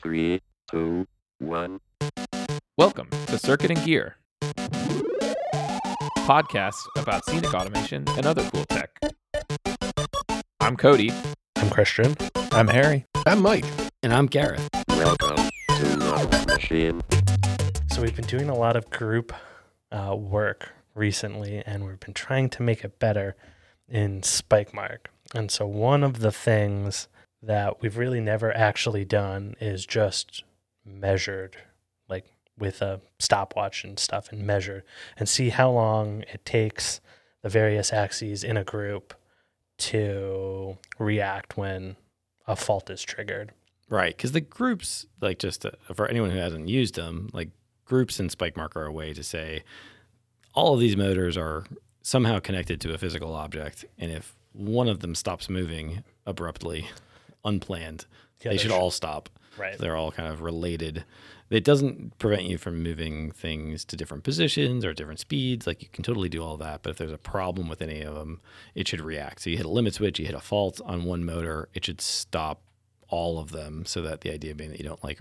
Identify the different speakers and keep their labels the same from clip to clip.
Speaker 1: Three, two, one.
Speaker 2: Welcome to Circuit and Gear, podcast about scenic automation and other cool tech. I'm Cody.
Speaker 3: I'm Christian. I'm Harry. I'm Mike.
Speaker 4: And I'm Gareth.
Speaker 1: Welcome to Knowledge Machine.
Speaker 3: So we've been doing a lot of group uh, work recently, and we've been trying to make it better in SpikeMark. And so one of the things that we've really never actually done is just measured, like with a stopwatch and stuff, and measure and see how long it takes the various axes in a group to react when a fault is triggered.
Speaker 4: Right, because the groups, like just uh for anyone who hasn't used them, like groups in Spike Mark are a way to say all of these motors are somehow connected to a physical object, and if one of them stops moving abruptly, unplanned,
Speaker 3: Yeah,
Speaker 4: they
Speaker 3: they're
Speaker 4: should
Speaker 3: sh-
Speaker 4: all stop.
Speaker 3: Right.
Speaker 4: They're all kind of related. It doesn't prevent you from moving things to different positions or different speeds. Like you can totally do all that. But if there's a problem with any of them, it should react. So you hit a limit switch, you hit a fault on one motor, it should stop all of them. So that the idea being that you don't like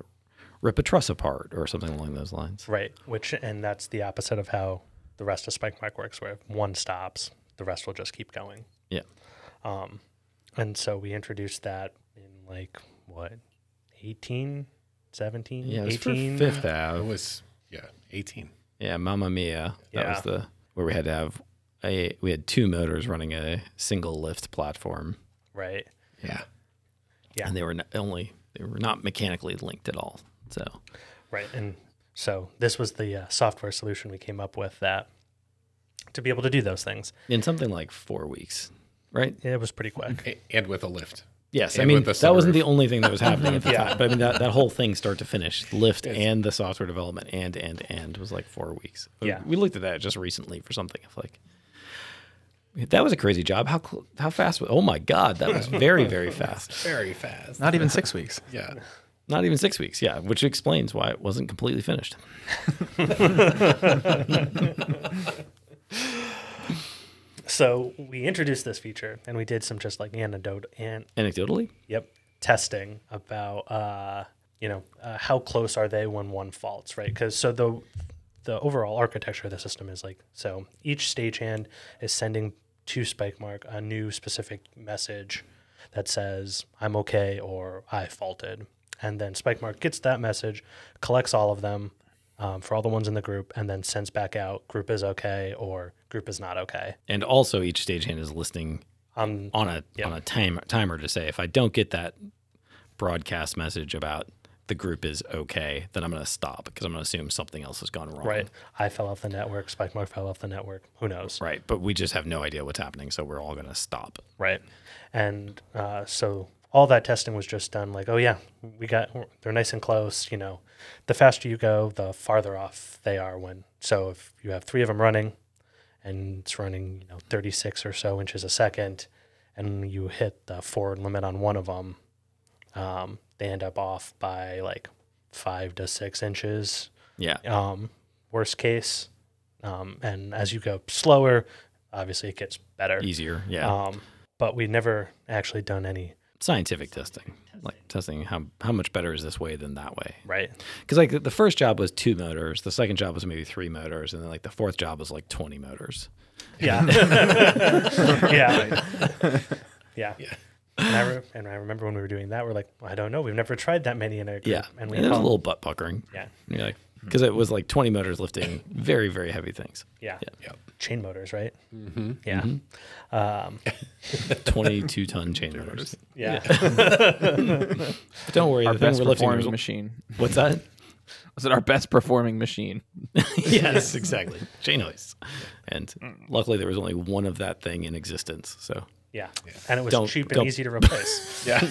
Speaker 4: rip a truss apart or something along those lines.
Speaker 3: Right. Which and that's the opposite of how the rest of Spike Mike works, where if one stops, the rest will just keep going.
Speaker 4: Yeah.
Speaker 3: Um, and so we introduced that in like what, 18, 17,
Speaker 4: Yeah, it was for
Speaker 3: 18?
Speaker 4: Fifth Ave.
Speaker 5: It was yeah, eighteen.
Speaker 4: Yeah, Mamma Mia. That
Speaker 3: Yeah.
Speaker 4: was the where we had to have a we had two motors running a single lift platform,
Speaker 3: Right.
Speaker 5: Yeah.
Speaker 3: Yeah.
Speaker 4: and they were not only they were not mechanically linked at all. So
Speaker 3: Right. And so this was the uh, software solution we came up with that to be able to do those things.
Speaker 4: in something like four weeks, right?
Speaker 3: It was pretty
Speaker 4: Mm-hmm.
Speaker 3: quick.
Speaker 5: A- and with a lift.
Speaker 4: Yes, I
Speaker 5: And
Speaker 4: mean
Speaker 5: with the
Speaker 4: that wasn't
Speaker 5: sunroof.
Speaker 4: the only thing that was happening at the
Speaker 3: Yeah.
Speaker 4: time, but I mean that, that whole thing, start to finish, lift and the software development and and and was like four weeks. But
Speaker 3: Yeah.
Speaker 4: we looked at that just recently for something of like that was a crazy job. How cl- how fast? Was, oh my god, that was very very fast.
Speaker 5: Very fast.
Speaker 6: Not even six weeks.
Speaker 5: yeah.
Speaker 4: Not even six weeks, yeah, which explains why it wasn't completely finished.
Speaker 3: So we introduced this feature and we did some just like anecdote and
Speaker 4: Anecdotally,
Speaker 3: Yep. Testing about uh, you know uh, how close are they when one faults, right? Because so the the overall architecture of the system is like so each stagehand is sending to SpikeMark a new specific message that says I'm okay or I faulted, and then SpikeMark gets that message, collects all of them. Um, for all the ones in the group, and then sends back out group is okay or group is not okay.
Speaker 4: and also each stagehand is listening
Speaker 3: Um,
Speaker 4: on a
Speaker 3: Yeah.
Speaker 4: on a time, timer to say if I don't get that broadcast message about the group is okay, then I'm going to stop because I'm going to assume something else has gone wrong.
Speaker 3: right, I fell off the network. SpikeMark fell off the network. Who knows?
Speaker 4: Right. But we just have no idea what's happening, so we're all going to stop.
Speaker 3: Right. And uh, so all that testing was just done like, oh, yeah, we got, they're nice and close. You know, the faster you go, the farther off they are when. So if you have three of them running and it's running, you know, 36 or so inches a second, and you hit the forward limit on one of them, um, they end up off by like five to six inches
Speaker 4: Yeah.
Speaker 3: um, worst case. Um, and as you go slower, obviously it gets better.
Speaker 4: Easier. Yeah.
Speaker 3: Um, but we've never actually done any,
Speaker 4: Scientific testing. Like testing how how much better is this way than that way?
Speaker 3: right?
Speaker 4: Because like the- the first job was two motors, the second job was maybe three motors, and then like the fourth job was like twenty motors.
Speaker 3: Yeah. yeah. yeah. And I, re- and I remember when we were doing that, we're like, I don't know. We've never tried that many in a group.
Speaker 4: Yeah,
Speaker 3: And
Speaker 4: and
Speaker 3: we
Speaker 4: it was a
Speaker 3: all-
Speaker 4: little butt puckering.
Speaker 3: Yeah.
Speaker 4: And you're like because it was like twenty motors lifting very very heavy things.
Speaker 3: yeah.
Speaker 5: Yep.
Speaker 3: Chain motors, right? Mm-hmm. Yeah. Um,
Speaker 4: Twenty two ton chain motors.
Speaker 3: yeah.
Speaker 4: But don't worry,
Speaker 2: Our
Speaker 4: the thing
Speaker 2: best
Speaker 4: we're lifting
Speaker 2: performing
Speaker 4: was,
Speaker 2: machine.
Speaker 4: what's that?
Speaker 2: Was it our best performing machine?
Speaker 4: yes, exactly. Chain hoist. And luckily there was only one of that thing in existence. So
Speaker 3: yeah. And it was
Speaker 4: Don't-
Speaker 3: cheap and
Speaker 4: don't-
Speaker 3: easy to replace.
Speaker 4: yeah.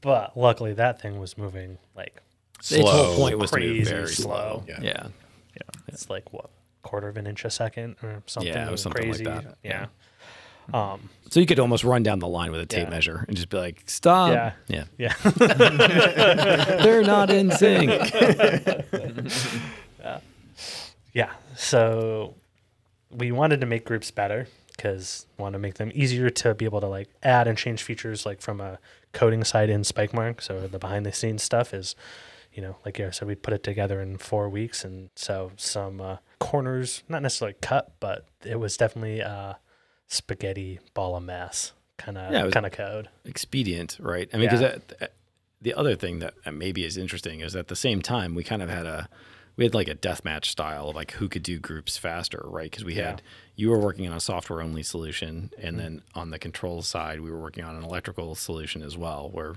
Speaker 3: but luckily, that thing was moving like,
Speaker 4: Its whole
Speaker 5: Slow.
Speaker 4: point was to move
Speaker 3: Crazy
Speaker 4: very
Speaker 3: slow.
Speaker 4: slow. Yeah.
Speaker 5: Yeah.
Speaker 4: Yeah.
Speaker 3: it's like what? Quarter of an inch a second or something,
Speaker 4: it was something
Speaker 3: crazy.
Speaker 4: like that.
Speaker 3: Yeah. Um,
Speaker 4: So you could almost run down the line with a tape
Speaker 3: Yeah.
Speaker 4: measure and just be like, stop.
Speaker 3: Yeah.
Speaker 4: Yeah.
Speaker 3: yeah.
Speaker 4: They're not in sync.
Speaker 3: Yeah. So we wanted to make groups better because want to make them easier to be able to like add and change features like from a coding side in SpikeMark. So the behind the scenes stuff is, you know, like Eric said, we put it together in four weeks, and so some uh, corners not necessarily cut, but it was definitely a spaghetti ball of mess kind of
Speaker 4: Yeah, it was-
Speaker 3: kind of code.
Speaker 4: expedient, right? I mean, because the other thing that uh, maybe is interesting is at the same time we kind of had a we had like a deathmatch style of like who could do groups faster, right? Because we had you were working on a software only solution, and then on the control side we were working on an electrical solution as well, where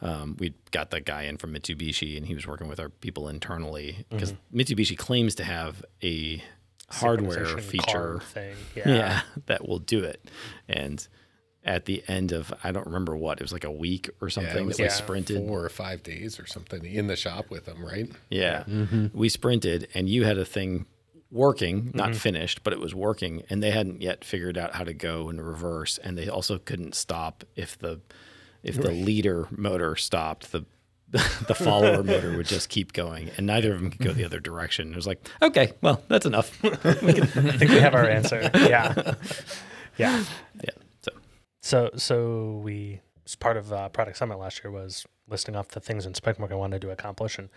Speaker 4: um, we got that guy in from Mitsubishi, and he was working with our people internally because Mitsubishi claims to have a hardware
Speaker 3: Synchronization
Speaker 4: feature
Speaker 3: card thing.
Speaker 4: yeah. that will do it. And at the end of I don't remember what it was like a week or something.
Speaker 5: Yeah, it was
Speaker 4: we
Speaker 5: like
Speaker 4: sprinted.
Speaker 5: four or five days or something in the shop with them, right?
Speaker 4: Yeah,
Speaker 5: Mm-hmm.
Speaker 4: we sprinted, and you had a thing working, not finished, but it was working, and they hadn't yet figured out how to go in reverse, and they also couldn't stop if the if the leader motor stopped the. the follower motor would just keep going, and neither of them could go the other direction. It was like, okay, well, that's enough.
Speaker 3: I think we have our answer. Yeah. Yeah.
Speaker 4: Yeah, so
Speaker 3: So so we as part of uh, Product Summit last year was listing off the things in SpecMark I wanted to accomplish and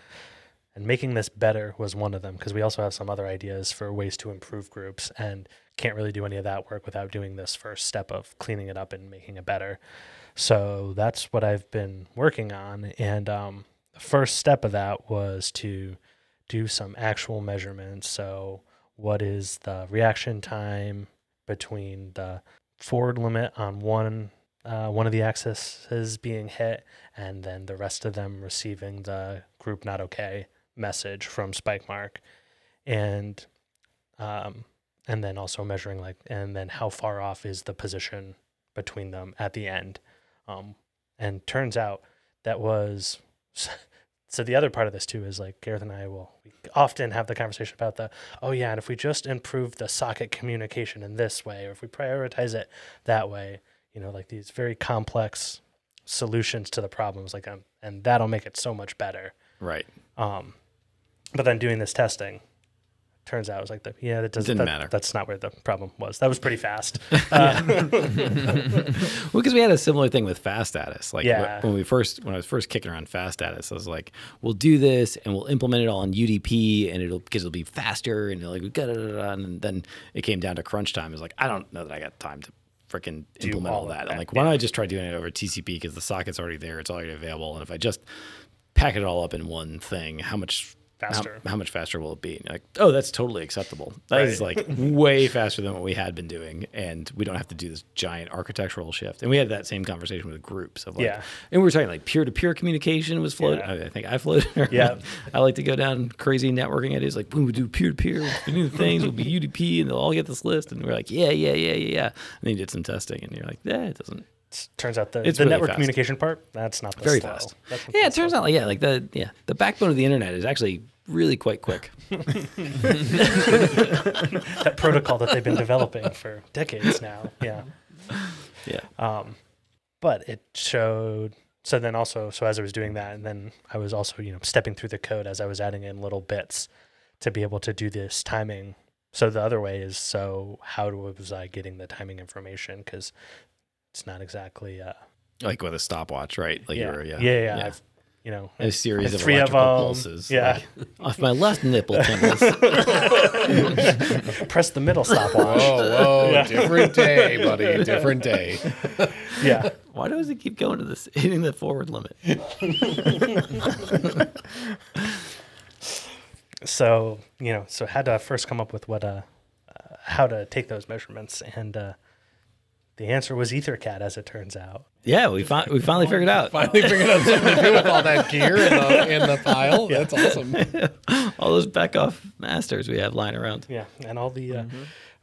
Speaker 3: and making this better was one of them because we also have some other ideas for ways to improve groups and can't really do any of that work without doing this first step of cleaning it up and making it better. So that's what I've been working on and um, the first step of that was to do some actual measurements. So what is the reaction time between the forward limit on one uh, one of the axes being hit, and then the rest of them receiving the group not okay message from Spike Mark, and um, and then also measuring like and then how far off is the position between them at the end, um, and turns out that was. So the other part of this too is like Gareth and I will we often have the conversation about the oh yeah, and if we just improve the socket communication in this way, or if we prioritize it that way, you know, like these very complex solutions to the problems, like um, and that'll make it so much better.
Speaker 4: right,
Speaker 3: Um, but then doing this testing, turns out it was like the yeah that doesn't
Speaker 4: Didn't
Speaker 3: that-
Speaker 4: matter.
Speaker 3: That's not where the problem was. That was pretty fast.
Speaker 4: Well, because we had a similar thing with fast status. Like wh-
Speaker 3: Yeah.
Speaker 4: when we first, when I was first kicking around fast status, I was like, "We'll do this and we'll implement it all on UDP, and it'll because it'll be faster." And like, da, da, da, da. and then it came down to crunch time. I was like, "I don't know that I got time to freaking implement all,
Speaker 3: all of
Speaker 4: that."
Speaker 3: that,
Speaker 4: I'm like, "Why don't I just try doing it over TCP because the socket's already there, it's already available, and if I just pack it all up in one thing, how much?" how-
Speaker 3: Faster.
Speaker 4: How, much faster will it be? And you're like, oh, that's totally acceptable. That is like way faster than what we had been doing, and we don't have to do this giant architectural shift. And we had that same conversation with groups of like,
Speaker 3: Yeah.
Speaker 4: and we were talking like peer to peer communication was floated.
Speaker 3: Yeah.
Speaker 4: I, I think I floated.
Speaker 3: Yeah.
Speaker 4: I like to go down crazy networking ideas like when we do peer to peer, we do things, we'll be UDP, and they'll all get this list. And we're like, yeah, yeah, yeah, yeah, yeah. And then you did some testing, and you're like, yeah, it doesn't.
Speaker 3: turns out the,
Speaker 4: It's
Speaker 3: the
Speaker 4: really
Speaker 3: network
Speaker 4: fast.
Speaker 3: communication part that's not the
Speaker 4: Very
Speaker 3: slow.
Speaker 4: fast.
Speaker 3: That's not
Speaker 4: Yeah,
Speaker 3: the
Speaker 4: it turns out, like, yeah, like the yeah the backbone of the internet is actually really quite quick.
Speaker 3: that protocol that they've been developing for decades now. Yeah.
Speaker 4: Yeah.
Speaker 3: Um, but it showed. So then also, so as I was doing that, and then I was also, you know, stepping through the code as I was adding in little bits to be able to do this timing. So the other way is, so how do- was I getting the timing information? Because it's not exactly. Uh,
Speaker 4: like with a stopwatch, right? Like
Speaker 3: yeah.
Speaker 4: you were, yeah,
Speaker 3: yeah, yeah, I've, you know,
Speaker 4: a series of
Speaker 3: three of
Speaker 4: electrical
Speaker 3: them.
Speaker 4: pulses.
Speaker 3: Yeah,
Speaker 4: like, off my left nipple tingles.
Speaker 3: press the middle stopwatch.
Speaker 5: Whoa, whoa, different day, buddy, different day.
Speaker 3: yeah,
Speaker 4: Why does it keep going to this hitting the forward limit?
Speaker 3: so you know so had to first come up with what uh, uh how to take those measurements and uh the answer was ethercat as it turns out
Speaker 4: Yeah, we fin- we finally figured out
Speaker 5: Finally figured out something to do with all that gear in the, in the pile. That's awesome.
Speaker 4: all those back off masters we have lying around.
Speaker 3: yeah and all the uh,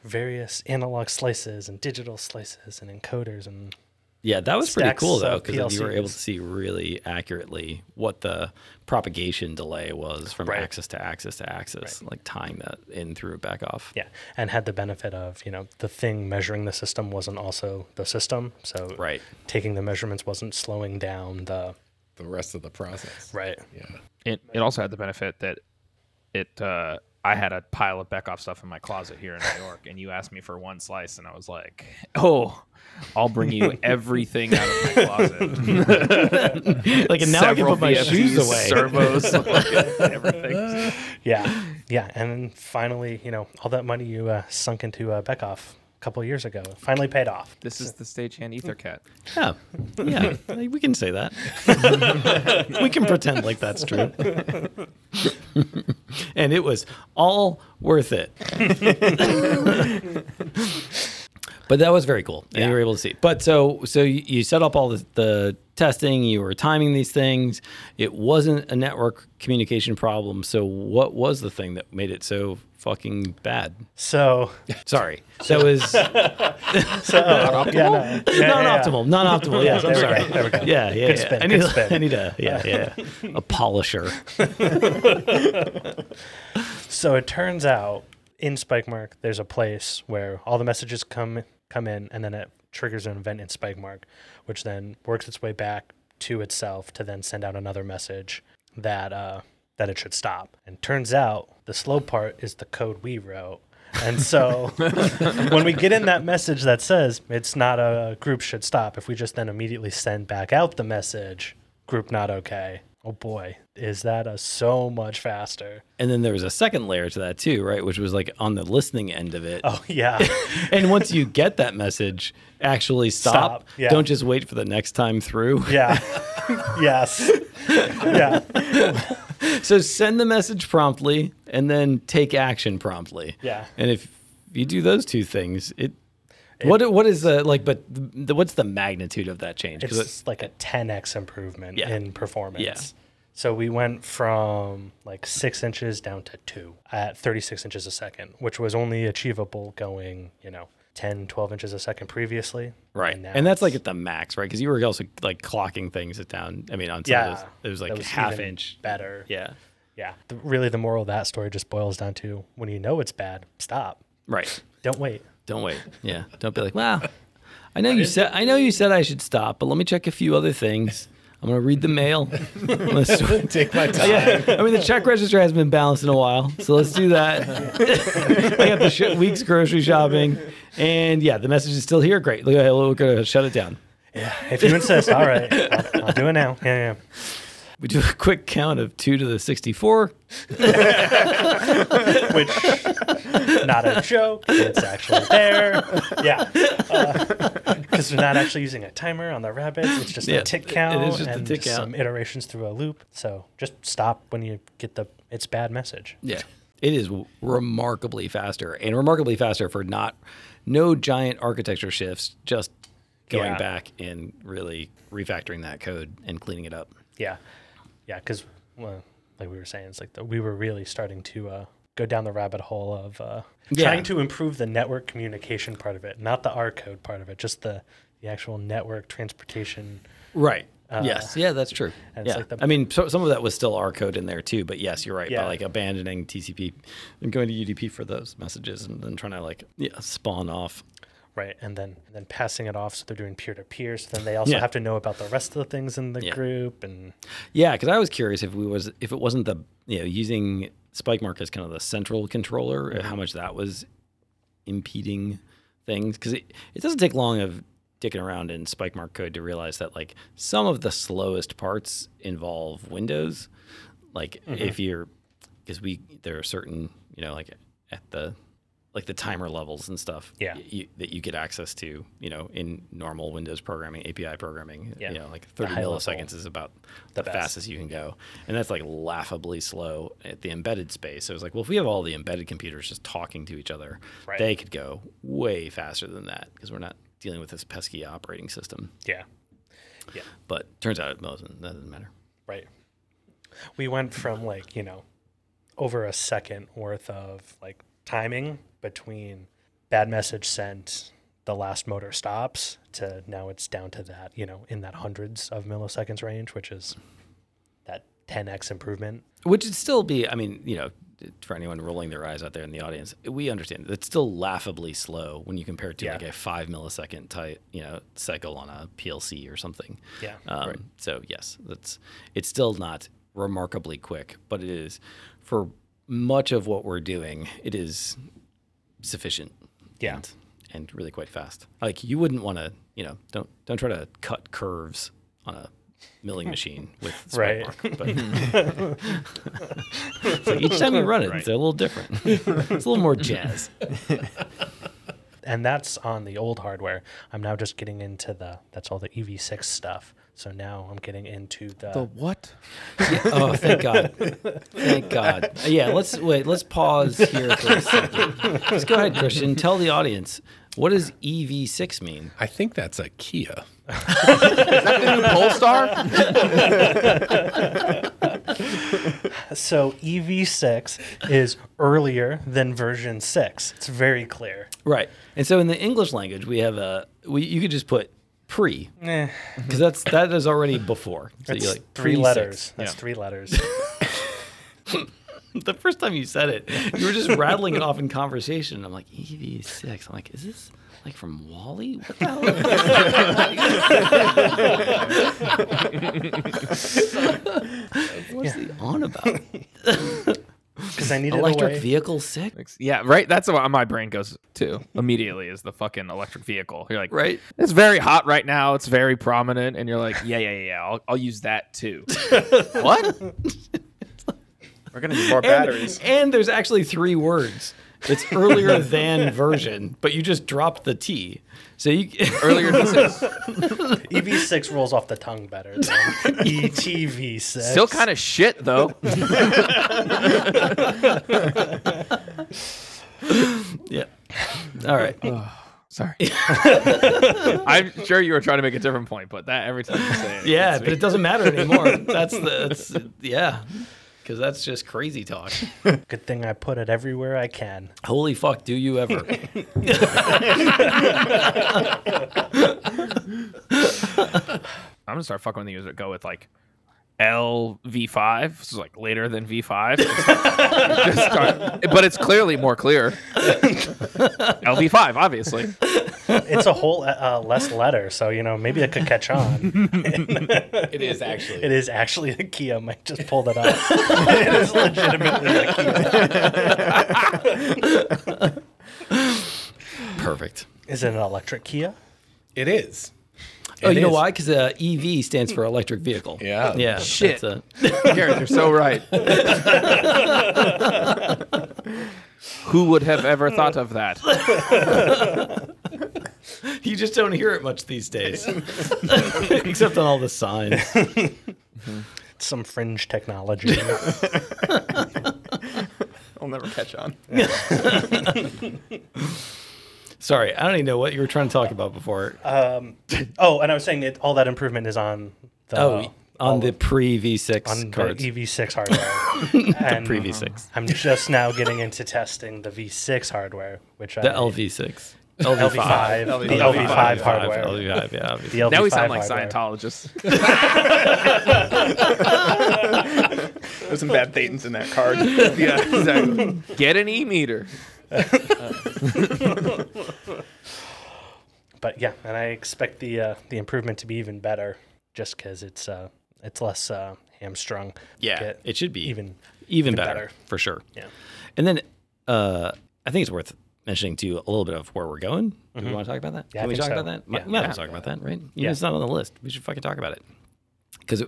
Speaker 3: various analog slices and digital slices and encoders and
Speaker 4: Yeah, that was pretty
Speaker 3: Stacks
Speaker 4: cool though,
Speaker 3: of
Speaker 4: because you were able
Speaker 3: PLCs.
Speaker 4: to see really accurately what the propagation delay was from
Speaker 3: Right.
Speaker 4: axis to axis to axis, like tying that in through a back off.
Speaker 3: yeah and had the benefit of you know the thing measuring the system wasn't also the system so
Speaker 4: Right.
Speaker 3: taking the measurements wasn't slowing down the
Speaker 5: The rest of the process.
Speaker 3: right
Speaker 5: Yeah.
Speaker 2: it, it also had the benefit that it uh, I had a pile of Beckoff stuff in my closet here in New York, and you asked me for one slice, and I was like, "Oh, I'll bring you everything out of my closet."
Speaker 4: like, and now I can put my
Speaker 2: VFDs,
Speaker 4: shoes away.
Speaker 2: servos, like, everything.
Speaker 3: Yeah, yeah, and then finally, you know, all that money you uh, sunk into uh, Beckoff a couple years ago finally paid off.
Speaker 2: This is the stagehand EtherCat.
Speaker 4: Yeah, yeah, like, we can say that. we can pretend like that's true. and it was all worth it. but that was very cool, and you were able to see. But so, so you you set up all the, the testing. You were timing these things. It wasn't a network communication problem. So, what was the thing that made it so fucking bad?
Speaker 3: So,
Speaker 4: Sorry, that was.
Speaker 3: yeah, no, yeah,
Speaker 4: non
Speaker 3: yeah, yeah.
Speaker 4: optimal, non optimal. Yes, I'm
Speaker 3: There we
Speaker 4: sorry.
Speaker 3: go, there we go.
Speaker 4: Yeah, yeah. yeah.
Speaker 3: spin,
Speaker 4: I need,
Speaker 3: good
Speaker 4: a-
Speaker 3: spin.
Speaker 4: I need a yeah, yeah, a polisher.
Speaker 3: So it turns out in SpikeMark there's a place where all the messages come come in, and then it triggers an event in SpikeMark, which then works its way back to itself to then send out another message that uh, that it should stop. And turns out the slow part is the code we wrote. And so when we get in that message that says it's not a group should stop, if we just then immediately send back out the message, group not okay. Oh boy, is that a so much faster.
Speaker 4: And then there was a second layer to that too, right? Which was like on the listening end of it.
Speaker 3: Oh yeah.
Speaker 4: And once you get that message, actually stop.
Speaker 3: Stop, yeah.
Speaker 4: Don't just wait for the next time through.
Speaker 3: Yeah. yes. Yeah.
Speaker 4: So send the message promptly and then take action promptly.
Speaker 3: Yeah.
Speaker 4: And if you do those two things, it, what what is the like? But the, what's the magnitude of that change? 'Cause
Speaker 3: It's like a 10x improvement
Speaker 4: Yeah.
Speaker 3: in performance.
Speaker 4: Yeah.
Speaker 3: So we went from like six inches down to two at 36 inches a second, which was only achievable going, you know, 10, 12 inches a second previously.
Speaker 4: Right. And,
Speaker 3: now
Speaker 4: that's like
Speaker 3: it's-
Speaker 4: at the max, right? Because you were also like clocking things at down. I mean, on some
Speaker 3: yeah,
Speaker 4: of those, it was like
Speaker 3: that
Speaker 4: half
Speaker 3: even
Speaker 4: inch.
Speaker 3: better.
Speaker 4: Yeah.
Speaker 3: Yeah. The- really, the moral of that story just boils down to when you know it's bad, stop.
Speaker 4: Right.
Speaker 3: Don't wait.
Speaker 4: Don't wait. Yeah. Don't be like, wow. I know you said I know you said I should stop, but let me check a few other things. I'm gonna read the mail. Let's-
Speaker 5: Take my time.
Speaker 4: yeah. I mean, the check register hasn't been balanced in a while, so let's do that. I got the sh- week's grocery shopping, and yeah, the message is still here. Great. Look, we're gonna shut it down.
Speaker 3: If you insist, all right, I'll, I'll do it now. Yeah, yeah.
Speaker 4: We do a quick count of two to the sixty-four.
Speaker 3: which not a joke it's actually there yeah because we're not actually using a timer on the rabbits it's just
Speaker 4: Yeah,
Speaker 3: a tick
Speaker 4: it- it
Speaker 3: count
Speaker 4: is just a
Speaker 3: and
Speaker 4: tick count.
Speaker 3: some iterations through a loop so just stop when you get the it's bad message
Speaker 4: Yeah. It is w- remarkably faster and remarkably faster for not no giant architecture shifts, just going
Speaker 3: Yeah.
Speaker 4: back and really refactoring that code and cleaning it up.
Speaker 3: yeah yeah because well, like we were saying it's like the, we were really starting to uh, go down the rabbit hole of uh,
Speaker 4: Yeah.
Speaker 3: trying to improve the network communication part of it not the r code part of it just the the actual network transportation
Speaker 4: Right. Uh, yes. Yeah, that's true.
Speaker 3: and it's
Speaker 4: yeah.
Speaker 3: like the-
Speaker 4: I mean, so, some of that was still our code in there too, but yes, you're right. By
Speaker 3: Yeah.
Speaker 4: like abandoning TCP and going to UDP for those messages and then trying to like yeah, spawn off.
Speaker 3: Right, and then and then passing it off, so they're doing peer to peer. So then they also
Speaker 4: Yeah.
Speaker 3: have to know about the rest of the things in the
Speaker 4: Yeah.
Speaker 3: group, and
Speaker 4: Yeah, because I was curious if we was if it wasn't the you know using Spike Mark as kind of the central controller, uh,
Speaker 3: Mm-hmm.
Speaker 4: how much that was impeding things because it, it doesn't take long of dicking around in Spike Mark code to realize that like some of the slowest parts involve Windows. Like
Speaker 3: Mm-hmm.
Speaker 4: if you're because we there are certain you know like at the like the timer levels and stuff
Speaker 3: Yeah.
Speaker 4: y- you, that you get access to you know in normal Windows programming API programming
Speaker 3: Yeah.
Speaker 4: you know like 30
Speaker 3: high level.
Speaker 4: milliseconds is about
Speaker 3: The
Speaker 4: the,
Speaker 3: best.
Speaker 4: fastest you can go. And that's like laughably slow at the embedded space. So it's like, well, if we have all the embedded computers just talking to each other,
Speaker 3: Right.
Speaker 4: they could go way faster than that because we're not dealing with this pesky operating system.
Speaker 3: yeah,
Speaker 4: But turns out it doesn't, that doesn't matter.
Speaker 3: right. We went from like you know over a second worth of like timing between bad message sent, the last motor stops, to now it's down to that you know in that hundreds of milliseconds range, which is that 10x improvement.
Speaker 4: Which would still be, I mean, you know, for anyone rolling their eyes out there in the audience, we understand that's still laughably slow when you compare it to
Speaker 3: Yeah.
Speaker 4: like a five millisecond type, you know, cycle on a PLC or something.
Speaker 3: Yeah,
Speaker 4: Um, So yes, that's it's still not remarkably quick, but it is for much of what we're doing, it is sufficient.
Speaker 3: Yeah.
Speaker 4: And, and really quite fast. Like you wouldn't want to, you know, don't don't try to cut curves on a milling machine with
Speaker 3: Right.
Speaker 4: right. But so each time you run it, it's a little different. it's a little more jazz.
Speaker 3: and that's on the old hardware. I'm now just getting into the that's all the EV6 stuff. So now I'm getting into the,
Speaker 5: what?
Speaker 4: Oh, thank God. Thank God. Yeah, let's wait, let's pause here for a second. Just go ahead, Christian. Tell the audience what does EV six mean?
Speaker 5: I think that's a Kia.
Speaker 2: Polestar?
Speaker 3: so EV6 is earlier than version 6. It's very clear.
Speaker 4: Right. And so in the English language, we have a we you could just put pre
Speaker 3: Eh,
Speaker 4: because that's that is already before. So
Speaker 3: that's
Speaker 4: you're like
Speaker 3: three
Speaker 4: pre
Speaker 3: letters.
Speaker 4: six.
Speaker 3: That's three letters.
Speaker 4: The first time you said it, you were just rattling it off in conversation. I'm like EV six. I'm like, is this like from Wally? What the hell? is this?" What's he on about?
Speaker 3: Because I needed a way.
Speaker 4: Electric vehicle six.
Speaker 2: yeah, right. That's what my brain goes to immediately is the fucking electric vehicle. You're like,
Speaker 4: Right.
Speaker 2: It's very hot right now. It's very prominent, and you're like, yeah, yeah, yeah. yeah, I'll, I'll use that too. what?
Speaker 6: We're gonna need more
Speaker 4: And-
Speaker 6: batteries.
Speaker 4: And, there's actually three words. It's earlier than version, but you just dropped the T. So you
Speaker 2: Earlier this is
Speaker 3: EV6 E rolls off the tongue better than E ETV6.
Speaker 2: still kind of shit though.
Speaker 4: yeah. All right.
Speaker 2: Sorry. I'm sure you were trying to make a different point, but that every time you say it,
Speaker 4: Yeah, but it doesn't matter anymore. That's the that's, yeah, because that's just crazy talk.
Speaker 3: Good thing I put it everywhere I can.
Speaker 4: Holy fuck, do you ever?
Speaker 2: I'm gonna start fucking with things that go with like L V five, so like later than V five. but it's clearly more clear. L V five, obviously.
Speaker 3: It's a whole uh, uh, less letter, so you know maybe it could catch on.
Speaker 5: It is actually.
Speaker 3: It is actually a Kia. Mike just pulled it up. it is legitimately a Kia.
Speaker 4: Perfect.
Speaker 3: Is it an electric Kia?
Speaker 5: It is.
Speaker 4: Oh,
Speaker 5: It
Speaker 4: you know
Speaker 5: is.
Speaker 4: why? Because uh, EV stands for electric vehicle.
Speaker 5: Yeah.
Speaker 4: Yeah.
Speaker 2: Shit.
Speaker 4: that's uh,
Speaker 2: Garrett, you're so right. Who would have ever thought of that?
Speaker 4: a- you just don't hear it much these days, except on all the signs.
Speaker 3: It's some fringe technology.
Speaker 6: I'll never catch on.
Speaker 4: Sorry, I don't even know what you were trying to talk about before.
Speaker 3: oh, and I was saying it, all that improvement is on the
Speaker 4: oh, on
Speaker 3: all
Speaker 4: the
Speaker 3: of-
Speaker 4: pre V6
Speaker 3: on the E uh-huh.
Speaker 4: cards.
Speaker 3: EV6 hardware. and
Speaker 4: pre V6.
Speaker 3: I'm just now getting into testing the V6 hardware, which
Speaker 4: The
Speaker 3: I,
Speaker 4: LV6.
Speaker 3: LV5, the LV5 hardware.
Speaker 4: LV5, yeah,
Speaker 3: The
Speaker 4: obviously.
Speaker 3: LV5
Speaker 2: Now we sound like
Speaker 3: hardware.
Speaker 2: Scientologists.
Speaker 6: There's some bad thetans in that card.
Speaker 2: yeah, exactly. Get an e meter.
Speaker 3: But yeah, and I expect the uh, the improvement to be even better, just because it's uh, it's less uh, hamstrung.
Speaker 4: Yeah,
Speaker 3: Get
Speaker 4: it should be
Speaker 3: even
Speaker 4: even better,
Speaker 3: better.
Speaker 4: for sure.
Speaker 3: Yeah.
Speaker 4: And then uh, I think it's worth mentioning too a little bit of where we're going. Do we want to talk about that?
Speaker 3: Mm-hmm. Yeah, I
Speaker 4: Can we
Speaker 3: think
Speaker 4: talk
Speaker 3: so.
Speaker 4: about that?
Speaker 3: Yeah.
Speaker 4: We might
Speaker 3: Yeah.
Speaker 4: have to talk about that, right? Even
Speaker 3: Yeah.
Speaker 4: if it's not on the list. We should fucking talk about it. Because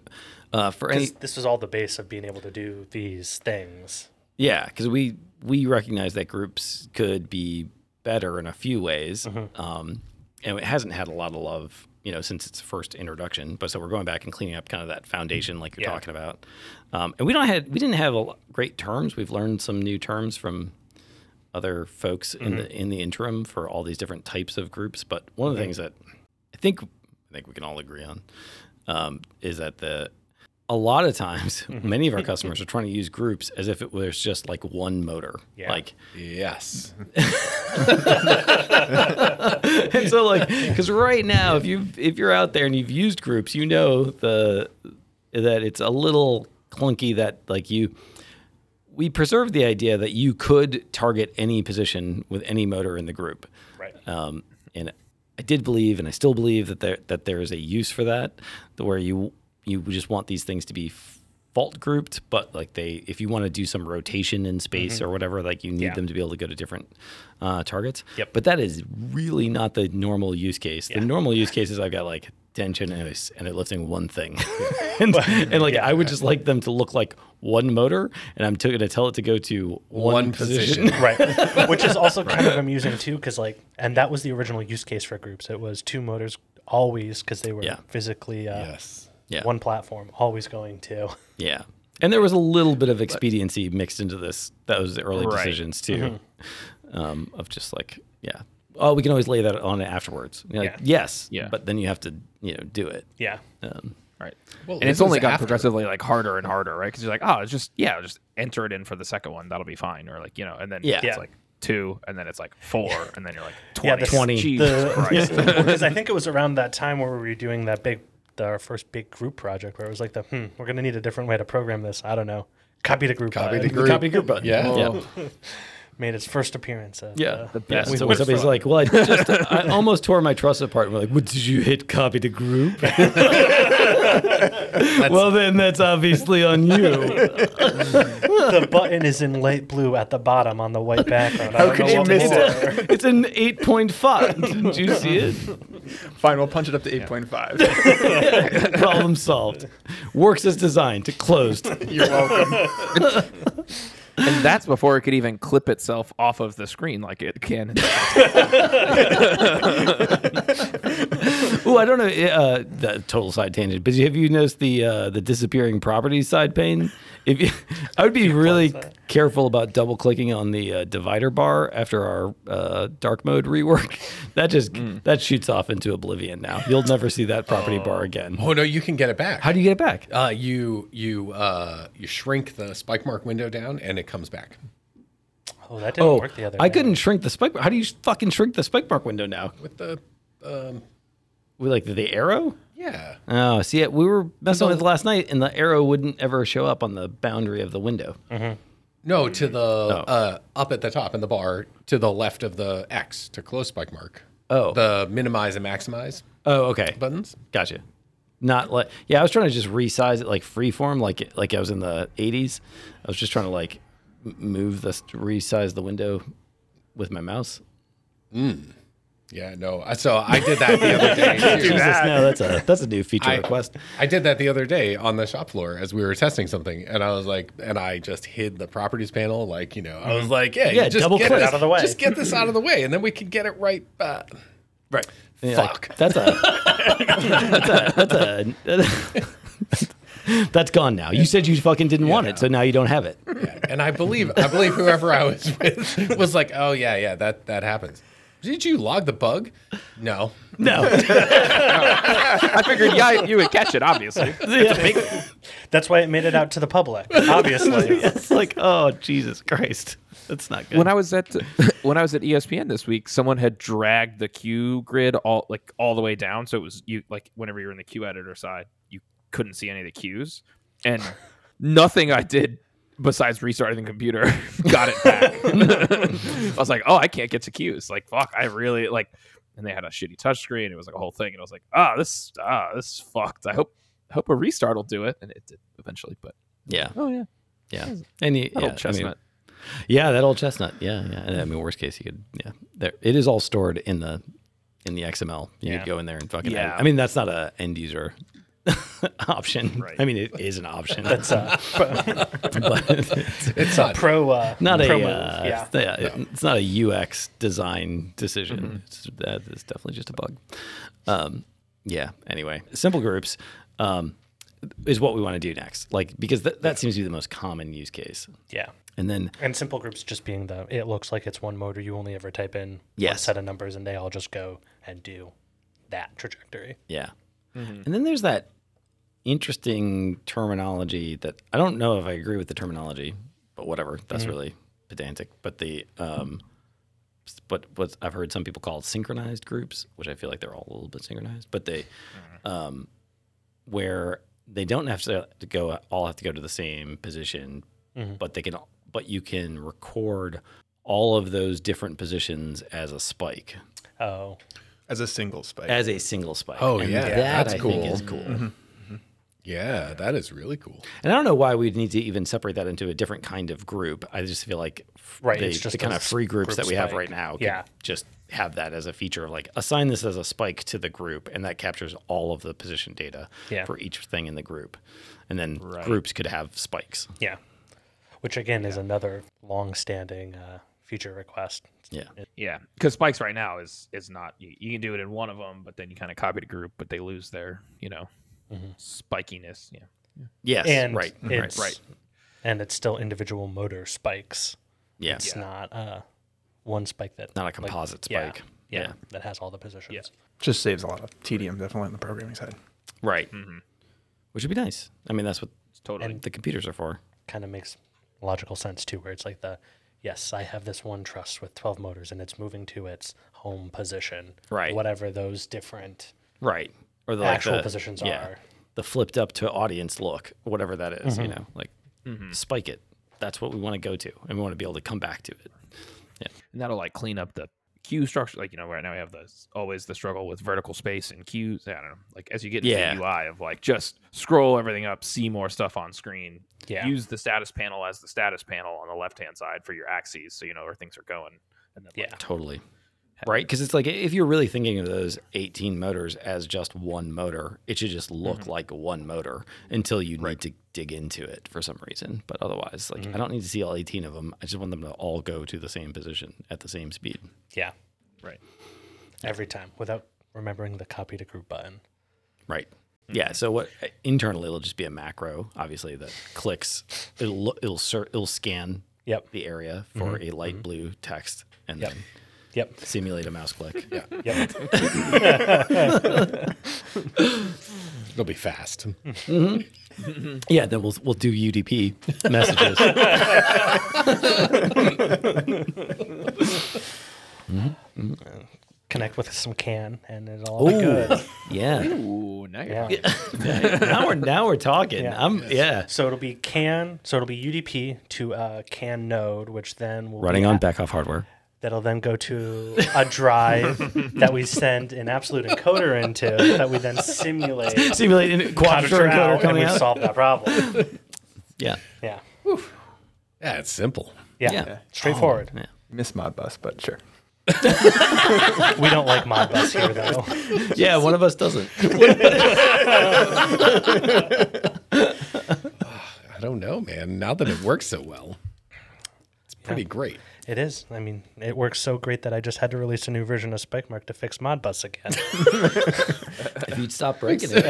Speaker 4: uh, for any
Speaker 3: This, this was all the base of being able to do these things.
Speaker 4: Yeah, because we we recognize that groups could be better in a few ways, um, and it hasn't had a lot of love, you know, since its first introduction. But so we're going back and cleaning up kind of that foundation, like you're
Speaker 3: Yeah.
Speaker 4: talking about. Um, and we don't had we didn't have a lo- great terms. We've learned some new terms from other folks in the in the interim for all these different types of groups. But one of the things that I think I think we can all agree on um, is that the a lot of times many of our customers are trying to use groups as if it was just like one motor.
Speaker 3: Yeah.
Speaker 4: Like
Speaker 5: Yes.
Speaker 4: and so like because right now if you if you're out there and you've used groups you know the that it's a little clunky that like you we preserve the idea that you could target any position with any motor in the group
Speaker 3: Right.
Speaker 4: um, and I did believe, and I still believe that there that there is a use for that, the- where you you just want these things to be f- fault grouped, but like they, if you want to do some rotation in space or whatever, like you need
Speaker 3: Mm-hmm. Yeah.
Speaker 4: them to be able to go to different uh, targets.
Speaker 3: Yep.
Speaker 4: But that is really not the normal use case.
Speaker 3: Yeah.
Speaker 4: The normal use case is I've got like tension and it's and it lifting one thing, and, and like I would just like them to look like one motor, and I'm going to tell it to go to one,
Speaker 5: One
Speaker 4: position.
Speaker 5: position.
Speaker 3: right which is also kind of amusing too because like and that was the original use case for groups it was two motors always because they were
Speaker 4: Yeah.
Speaker 3: physically uh,
Speaker 5: Yes.
Speaker 4: Yeah.
Speaker 3: one platform always going to
Speaker 4: Yeah. And there was a little bit of expediency mixed into this. That was the early
Speaker 2: Right.
Speaker 4: decisions too, um, of just like, yeah, oh, we can always lay that on it afterwards. You're like,
Speaker 3: Yeah.
Speaker 4: yes,
Speaker 2: Yeah.
Speaker 4: but then you have to, you know, do it.
Speaker 3: yeah
Speaker 4: Um,
Speaker 2: Right.
Speaker 5: Well,
Speaker 2: and
Speaker 5: this
Speaker 2: it's only
Speaker 5: is
Speaker 2: gotten
Speaker 5: after.
Speaker 2: progressively like harder and harder, right? Because you're like, oh, it's just yeah, just enter it in for the second one, that'll be fine, or like you know, and then
Speaker 4: Yeah.
Speaker 2: it's
Speaker 3: Yeah.
Speaker 2: like two, and then it's like four, and then you're like
Speaker 3: yeah
Speaker 2: twenty.
Speaker 3: the-
Speaker 4: 20.
Speaker 2: Jesus
Speaker 3: the-
Speaker 2: Christ.
Speaker 3: because i think it was around that time where we were doing that big the, our first big group project where it was like the hmm we're going to need a different way to program this i don't know copy to group
Speaker 5: Uh, Copy
Speaker 3: button.
Speaker 5: to group.
Speaker 4: Copy group button.
Speaker 5: Yeah.
Speaker 4: Yeah.
Speaker 3: made its first appearance at,
Speaker 4: yeah.
Speaker 3: uh,
Speaker 4: The best.
Speaker 3: we
Speaker 4: so when
Speaker 3: went
Speaker 4: somebody's
Speaker 3: from-
Speaker 4: like, well, I just, I almost tore my truss apart. And we're like, what did you hit copy to group? well, then that's obviously on you.
Speaker 3: the button is in light blue at the bottom on the white background I
Speaker 6: How
Speaker 3: don't
Speaker 6: could
Speaker 3: know
Speaker 6: you
Speaker 3: what
Speaker 6: miss
Speaker 3: more.
Speaker 6: it?
Speaker 4: it's an eight point font. Didn't you see it?
Speaker 6: Fine, we'll punch it up to 8.5.
Speaker 4: Problem solved. Works as designed to closed.
Speaker 6: You're welcome.
Speaker 2: and that's before it could even clip itself off of the screen like it can.
Speaker 4: Ooh, I don't know. Uh, the total side tangent. But have you noticed the uh, the disappearing properties side pane? If you, I would be really careful about double clicking on the uh, divider bar after our uh, dark mode rework. That just
Speaker 6: Mm.
Speaker 4: that shoots off into oblivion now. You'll never see that property bar again.
Speaker 5: Oh no, you can get it back.
Speaker 4: How do you get it back?
Speaker 5: Uh, you you uh, you shrink the spike mark window down and it comes back.
Speaker 3: oh that didn't
Speaker 4: Oh,
Speaker 3: work the other
Speaker 4: I
Speaker 3: day.
Speaker 4: couldn't shrink the spike. How do you fucking shrink the spike mark window now?
Speaker 5: With the um,
Speaker 4: With like the arrow?
Speaker 5: yeah,
Speaker 4: Oh, see, we were messing with it last night, and the arrow wouldn't ever show up on the boundary of the window.
Speaker 5: no to the uh, up at the top in the bar to the left of the X to close spike mark.
Speaker 4: Oh.
Speaker 5: the minimize and maximize
Speaker 4: Oh, okay,
Speaker 5: buttons.
Speaker 4: gotcha. Not like yeah, I was trying to just resize it like freeform, like it- like I was in the '80s. I was just trying to like m- move this, resize the window with my mouse.
Speaker 5: Yeah, no. I- So I did that the other day. too.
Speaker 4: Jesus, no, that's a that's a new feature
Speaker 5: I-
Speaker 4: request.
Speaker 5: I did that the other day on the shop floor as we were testing something, and I was like, and I just hid the properties panel, like you know, I was like, yeah,
Speaker 4: Yeah,
Speaker 5: you just
Speaker 4: double
Speaker 5: get
Speaker 4: click
Speaker 5: this-
Speaker 3: out of the way.
Speaker 5: just get this out of the way, and then we can get it right. Uh, right.
Speaker 4: Yeah, like,
Speaker 5: Fuck.
Speaker 4: that's a that's a that's a. That's gone now. You said you fucking didn't want it, so now you don't have it.
Speaker 5: and I believe I believe whoever I was with was like, oh yeah, yeah, that that happens. Did you log the bug? No.
Speaker 4: No.
Speaker 2: I figured, yeah, you would catch it, obviously.
Speaker 3: That's why it made it out to the public, obviously.
Speaker 4: it's like, oh Jesus Christ, that's not good.
Speaker 2: when I was at when I was at E ESPN this week, someone had dragged the queue grid all like all the way down, so it was you like whenever you're in the queue editor side, you couldn't see any of the queues, and nothing I did besides restarting the computer got it back. I was like, oh, I can't get to queues. Like, fuck, I really like. And they had a shitty touchscreen. It was like a whole thing, and I was like, ah, this ah, this is fucked. I hope I hope a restart will do it, and it did eventually. But
Speaker 4: yeah,
Speaker 2: oh yeah,
Speaker 4: yeah, and you,
Speaker 2: that
Speaker 4: yeah, I
Speaker 2: old
Speaker 4: mean-
Speaker 2: chestnut.
Speaker 4: yeah, that old chestnut. Yeah, yeah. And I mean, worst case, you could. Yeah, there. It is all stored in the in the XML. You
Speaker 3: Yeah.
Speaker 4: could go in there and fucking.
Speaker 2: Yeah.
Speaker 4: edit. I mean, that's not a end user option.
Speaker 2: Right.
Speaker 4: I mean, it is an option.
Speaker 3: That's uh,
Speaker 4: but
Speaker 5: It's not.
Speaker 3: pro. Uh,
Speaker 4: not a.
Speaker 3: pro move.
Speaker 4: Uh,
Speaker 3: yeah.
Speaker 4: yeah. It's not a UX design decision. It's, that is definitely just a bug. Um, yeah. Anyway, simple groups um, is what we want to do next. Like because th- that seems to be the most common use case.
Speaker 3: yeah.
Speaker 4: And then
Speaker 3: And simple groups just being the it looks like it's one motor. You only ever type in one
Speaker 4: Yes.
Speaker 3: set of numbers, and they all just go and do that trajectory.
Speaker 4: yeah, and then there's that interesting terminology that I don't know if I agree with the terminology, but whatever. That's really pedantic. But the um, s- but what I've heard some people call synchronized groups, which I feel like they're all a little bit synchronized, but they um, where they don't have to, to go all have to go to the same position,
Speaker 3: Mhm.
Speaker 4: but they can but you can record all of those different positions as a spike
Speaker 3: Oh,
Speaker 6: As a single spike. Mm-hmm.
Speaker 4: as a single spike.
Speaker 5: Oh, yeah,
Speaker 4: that
Speaker 5: that's
Speaker 4: I
Speaker 5: cool.
Speaker 4: think is cool.
Speaker 5: Yeah, that is really cool.
Speaker 4: And I don't know why we'd need to even separate that into a different kind of group. I just feel like f-
Speaker 3: Right,
Speaker 4: the,
Speaker 3: it's just
Speaker 4: the kind
Speaker 3: a
Speaker 4: of free groups
Speaker 3: group
Speaker 4: that we have
Speaker 3: spike.
Speaker 4: right now could
Speaker 3: Yeah.
Speaker 4: just have that as a feature of like assign this as a spike to the group and that captures all of the position data
Speaker 3: Yeah.
Speaker 4: for each thing in the group. And then groups could have spikes.
Speaker 3: Yeah. Which again is another long-standing uh, feature request.
Speaker 4: Yeah.
Speaker 2: Yeah, because spikes right now is is not. You, you can do it in one of them, but then you kind of copy the group, but they lose their you know
Speaker 3: Mm-hmm.
Speaker 2: spikiness. Yeah,
Speaker 4: Yes.
Speaker 3: And
Speaker 4: right.
Speaker 3: it's,
Speaker 2: right.
Speaker 3: And it's still individual motor spikes.
Speaker 4: Yeah.
Speaker 3: It's not uh, one spike that
Speaker 4: Not a
Speaker 3: like,
Speaker 4: composite
Speaker 3: yeah,
Speaker 4: spike.
Speaker 3: Yeah,
Speaker 4: Yeah.
Speaker 3: that has all the positions.
Speaker 2: Yeah.
Speaker 6: Just saves a lot of tedium, definitely on the programming side.
Speaker 4: Right.
Speaker 3: Mm-hmm.
Speaker 4: Which would be nice. I mean, that's what
Speaker 2: it's totally.
Speaker 4: the computers are for.
Speaker 3: Kind of makes logical sense too, where it's like the yes, I have this one truss with twelve motors, and it's moving to its home position.
Speaker 4: Right.
Speaker 3: Whatever those different
Speaker 4: Right. Or the
Speaker 3: actual
Speaker 4: like the,
Speaker 3: positions are.
Speaker 4: The flipped up to audience look, whatever that is, you know, like spike it. That's what we want to go to. And we want to be able to come back to it.
Speaker 2: and that'll like clean up the queue structure. Like you know, right now we have the always the struggle with vertical space and queues. I don't know. Like as you get into
Speaker 4: Yeah.
Speaker 2: the UI of like just scroll everything up, see more stuff on screen.
Speaker 3: Yeah.
Speaker 2: Use the status panel as the status panel on the left hand side for your axes, so you know where things are going. And then like,
Speaker 3: Yeah.
Speaker 4: Totally. Right? Because it's like if you're really thinking of those 18 motors as just one motor, it should just look like one motor until you need to dig into it for some reason. But otherwise, like I don't need to see all 18 of them. I just want them to all go to the same position at the same speed.
Speaker 3: Yeah.
Speaker 2: Right.
Speaker 3: Every time without remembering the copy to group button.
Speaker 4: Right.
Speaker 3: Mm-hmm.
Speaker 4: Yeah. So what internally it'll just be a macro, obviously that clicks. It'll lo- it'll ser- it'll scan
Speaker 3: Yep. Mm-hmm.
Speaker 4: the area for a light blue text and then
Speaker 3: Yep.
Speaker 4: simulate a mouse click. yeah.
Speaker 3: Yep.
Speaker 5: It'll be fast.
Speaker 4: Yeah. Then we'll we'll do UDP messages.
Speaker 3: Connect with some can and it'll all be good.
Speaker 4: yeah.
Speaker 2: Ooh, now you're
Speaker 3: Yeah.
Speaker 4: Now we're now we're talking.
Speaker 3: Yeah.
Speaker 4: I'm yeah.
Speaker 3: So it'll be CAN, so it'll be UDP to a CAN node, which then will
Speaker 4: Running
Speaker 3: be
Speaker 4: on
Speaker 3: a-
Speaker 4: back off hardware.
Speaker 3: that'll then go to a drive that we send an absolute encoder into that we then simulate
Speaker 4: Simulate in- quadrature
Speaker 3: quadrature
Speaker 4: encoder
Speaker 3: out, and
Speaker 4: coming
Speaker 3: we
Speaker 4: out.
Speaker 3: solve that problem.
Speaker 4: Yeah.
Speaker 3: Yeah.
Speaker 5: Yeah, it's simple.
Speaker 3: Yeah.
Speaker 4: Yeah.
Speaker 3: Straightforward.
Speaker 4: Yeah.
Speaker 6: Miss Modbus, but sure.
Speaker 3: We don't like Modbus here though.
Speaker 4: Yeah, one of us doesn't.
Speaker 5: I don't know, man. Now that it works so well, it's pretty great.
Speaker 3: It is. I mean, it works so great that I just had to release a new version of Spike Mark to fix Modbus again.
Speaker 4: If you'd stop breaking it.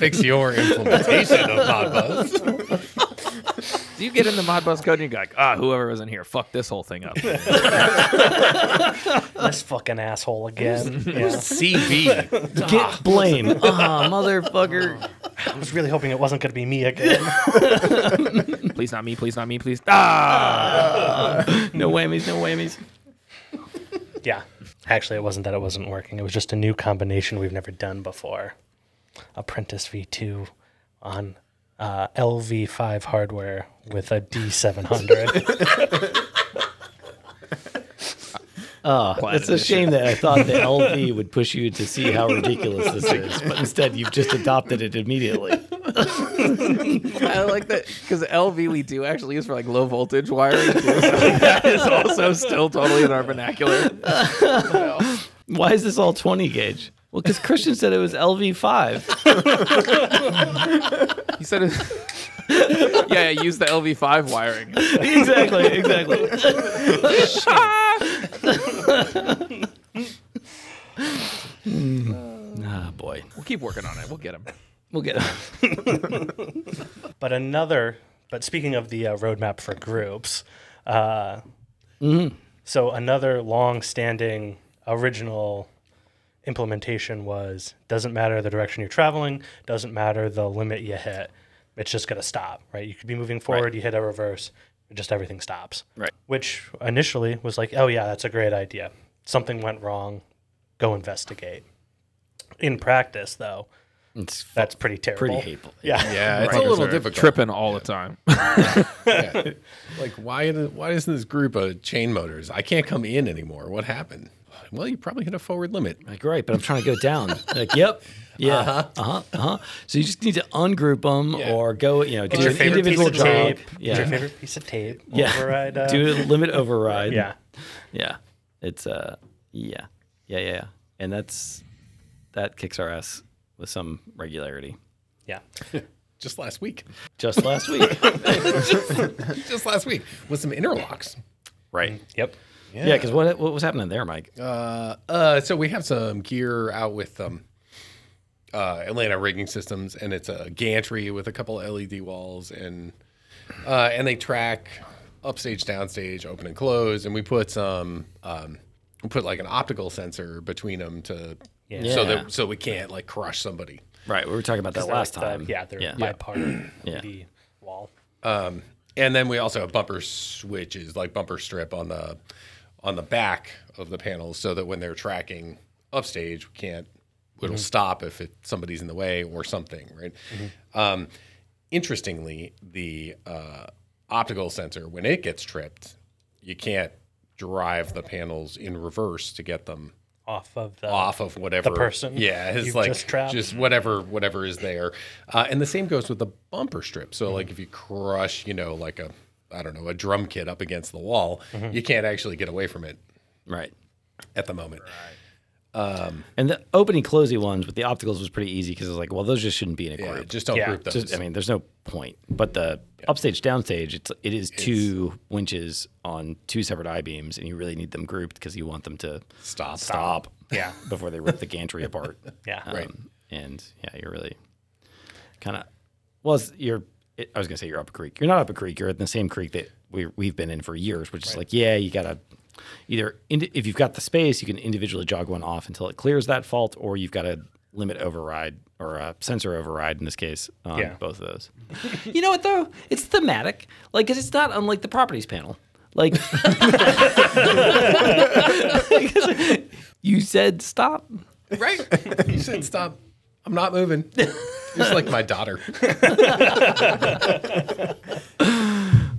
Speaker 5: Fix your implementation of Modbus.
Speaker 2: So you get in the Modbus code and you're like, ah, whoever was in here, fuck this whole thing up.
Speaker 3: this fucking asshole again. Yeah.
Speaker 5: CB.
Speaker 4: Get blame. Ah, motherfucker.
Speaker 3: I was really hoping it wasn't going to be me again.
Speaker 2: please not me, please not me, please. Ah,
Speaker 4: No whammies, no whammies.
Speaker 3: Yeah. Actually, it wasn't that it wasn't working. It was just a new combination we've never done before. Apprentice V2 on uh, LV5 hardware with a D700.
Speaker 4: It's a shame that I thought the LV would push you to see how ridiculous this is, but instead you've just adopted it immediately.
Speaker 2: I like that because LV we do actually use for like low voltage wiring. Too, so that is also still totally in our vernacular.
Speaker 4: Why is this all 20 gauge? Well, because Christian said it was LV5.
Speaker 2: You said it. yeah, yeah, use the LV5 wiring.
Speaker 4: exactly, exactly. ah, boy.
Speaker 2: We'll keep working on it. We'll get him.
Speaker 4: We'll get
Speaker 3: but another, but speaking of the uh, roadmap for groups, uh,
Speaker 4: Mm-hmm.
Speaker 3: so another long standing original implementation was doesn't matter the direction you're traveling, doesn't matter the limit you hit. It's just going to stop, right? You could be moving forward, you hit a reverse, just everything stops.
Speaker 4: Right.
Speaker 3: Which initially was like, oh, yeah, that's a great idea. Something went wrong, go investigate. In practice, though,
Speaker 4: It's f-
Speaker 3: That's pretty terrible.
Speaker 4: Oh, pretty hateful.
Speaker 3: Yeah.
Speaker 5: Yeah, it's
Speaker 2: Right.
Speaker 5: a little
Speaker 2: They're
Speaker 5: difficult.
Speaker 2: Tripping all the time.
Speaker 5: Yeah. Like why? do- Why isn't this group of chain motors? I can't come in anymore. What happened? Well, you probably hit a forward limit.
Speaker 4: Like, right, but I'm trying to go down. like, yep. Yeah. Uh-huh. Uh-huh. So you just need to ungroup them
Speaker 5: Yeah.
Speaker 4: or go, you know,
Speaker 3: Get
Speaker 4: do
Speaker 3: your
Speaker 4: an
Speaker 3: favorite piece
Speaker 4: individual
Speaker 3: of
Speaker 4: job.
Speaker 3: tape.
Speaker 4: Yeah.
Speaker 3: Get your favorite piece of tape.
Speaker 4: yeah.
Speaker 3: Override. Uh,
Speaker 4: do a limit override.
Speaker 3: yeah.
Speaker 4: Yeah. It's uh yeah. Yeah, yeah, yeah. And that's that kicks our ass with some regularity.
Speaker 3: Yeah.
Speaker 5: Just last week.
Speaker 4: Just last week.
Speaker 5: Just last week with some interlocks.
Speaker 4: right.
Speaker 3: Yep.
Speaker 4: Yeah, because what what was happening there, Mike?
Speaker 5: Uh, uh, so we have some gear out with um, uh, Atlanta Rigging Systems, and it's a gantry with a couple LED walls, and uh, and they track upstage, downstage, open and close, and we put some um, we put like an optical sensor between them to so
Speaker 4: Yeah.
Speaker 5: that so we can't like crush somebody.
Speaker 4: Right, we were talking about that
Speaker 3: They're
Speaker 4: last
Speaker 3: like the-
Speaker 4: time.
Speaker 3: uh, yeah, they're
Speaker 4: yeah.
Speaker 3: by part
Speaker 4: Yeah.
Speaker 3: the wall.
Speaker 5: And then we also have bumper switches, like bumper strip on the on the back of the panels, so that when they're tracking upstage, we can't. It'll stop if it, somebody's in the way or something, right? Um, interestingly, the uh, optical sensor, when it gets tripped, you can't drive the panels in reverse to get them
Speaker 3: Off of the
Speaker 5: off of whatever
Speaker 3: person
Speaker 5: Yeah, it's
Speaker 3: you've
Speaker 5: like
Speaker 3: just trapped.
Speaker 5: whatever whatever is there, uh, and the same goes with the bumper strip. So like if you crush, you know, like a I don't know a drum kit up against the wall,
Speaker 3: Mm-hmm.
Speaker 5: you can't actually get away from it
Speaker 4: Right.
Speaker 5: at the moment.
Speaker 4: And the opening closing ones with the opticals was pretty easy because I was like, well, those just shouldn't be in a
Speaker 5: Yeah,
Speaker 4: group.
Speaker 5: just don't
Speaker 3: Yeah,
Speaker 5: group those.
Speaker 4: Just- I mean, there's no point. But the upstage, downstage, it's it is two winches on two separate I beams, and you really need them grouped because you want them to
Speaker 5: Stop.
Speaker 4: stop,
Speaker 3: Yeah.
Speaker 4: before they rip the gantry apart.
Speaker 3: Yeah.
Speaker 4: Um, And yeah, you're really kind of well, it's- you're. It, I was gonna say you're up a creek. You're not up a creek. You're in the same creek that we we've been in for years, which is like, yeah, you gotta either indi- if you've got the space, you can individually jog one off until it clears that fault, or you've got a limit override or a sensor override in this case on
Speaker 3: Yeah.
Speaker 4: both of those. you know what though? It's thematic, like 'cause it's not unlike the properties panel. Like you said, stop.
Speaker 5: right? you said stop. I'm not moving. Just like my daughter.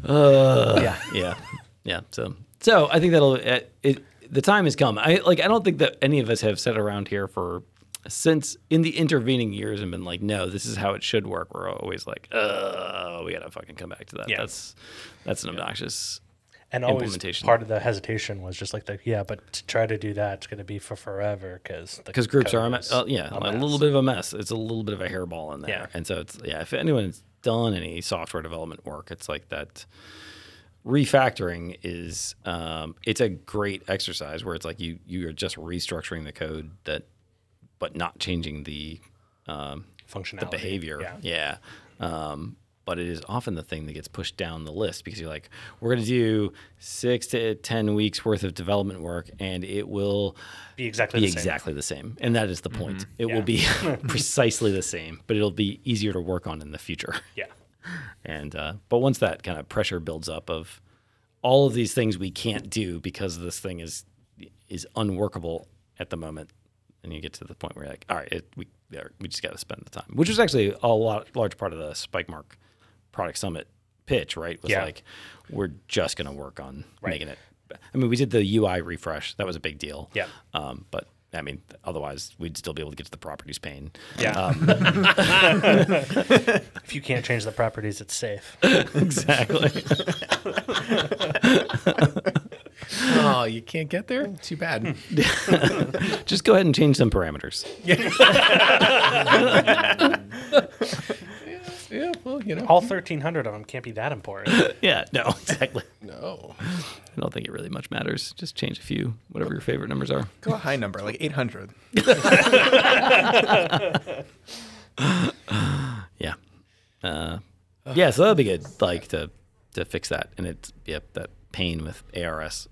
Speaker 4: yeah, yeah, yeah. So, so I think that'll uh, it, the time has come. I like. I don't think that any of us have sat around here for since in the intervening years and been like, no, this is how it should work. We're always like, oh, we gotta fucking come back to that.
Speaker 3: Yeah.
Speaker 4: That's that's an obnoxious.
Speaker 3: and always
Speaker 4: implementation.
Speaker 3: part of the hesitation was just like the yeah, but to try to do that, it's going to be for forever because
Speaker 4: because groups are a mess. Uh, yeah, a, little bit of a mess. It's a little bit of a hairball in there,
Speaker 3: Yeah.
Speaker 4: and so it's yeah. If anyone's done any software development work, it's like that refactoring is um, it's a great exercise where it's like you you are just restructuring the code that, but not changing the um,
Speaker 3: functionality
Speaker 4: the behavior. Yeah. Um, but it is often the thing that gets pushed down the list because you're like, we're going to do six to 10 weeks worth of development work and it will
Speaker 3: Be exactly
Speaker 4: be
Speaker 3: the same. Mm-hmm.
Speaker 4: exactly the same. And that is the point. It will be precisely the same, but it'll be easier to work on in the future.
Speaker 3: Yeah.
Speaker 4: And uh, but once that kind of pressure builds up of all of these things we can't do because this thing is is unworkable at the moment, and you get to the point where you're like, all right, it, we there, we just got to spend the time, which was actually a lot large part of the Spike Mark Product Summit pitch, right? Was
Speaker 3: Yeah.
Speaker 4: like we're just going to work on making it. I mean, we did the UI refresh. That was a big deal.
Speaker 3: Yeah.
Speaker 4: Um, but I mean, otherwise we'd still be able to get to the properties pane.
Speaker 3: Yeah. if you can't change the properties, it's safe.
Speaker 4: exactly.
Speaker 5: Oh, you can't get there? Hmm. Too bad.
Speaker 4: just go ahead and change some parameters.
Speaker 5: yeah, well, you know.
Speaker 3: All 1,300 of them can't be that important.
Speaker 4: Yeah, no, exactly.
Speaker 5: No.
Speaker 4: I don't think it really much matters. Just change a few, whatever your favorite numbers are.
Speaker 6: Go a high number, like 800.
Speaker 4: Yeah. Uh, yeah, so that'll be good, like to to fix that. And it's yep, that pain with ARS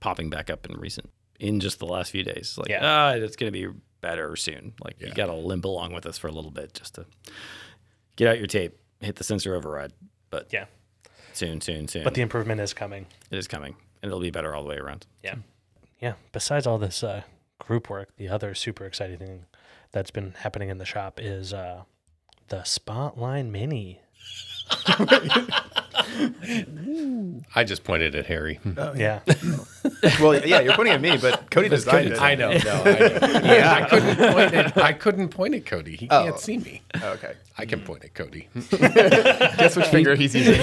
Speaker 4: popping back up in recent in just the last few days. Like,
Speaker 3: Yeah.
Speaker 4: ah, it's gonna be better soon. Like you gotta limp along with us for a little bit just to get out your tape, hit the sensor override. But
Speaker 3: Yeah.
Speaker 4: soon, soon, soon.
Speaker 3: But the improvement is coming.
Speaker 4: it is coming. And it'll be better all the way around.
Speaker 3: Yeah. Yeah. Besides all this uh, group work, the other super exciting thing that's been happening in the shop is uh, the Spotline Mini.
Speaker 5: I just pointed at Harry. Hmm.
Speaker 3: Oh, Yeah,
Speaker 6: Well, yeah, you're pointing at me, but Cody designed it.
Speaker 5: I know. No, I know. yeah, I couldn't point at I couldn't point at Cody. He
Speaker 6: Oh.
Speaker 5: can't see me.
Speaker 6: Oh, okay.
Speaker 5: I can point at Cody.
Speaker 6: Guess which finger he's using.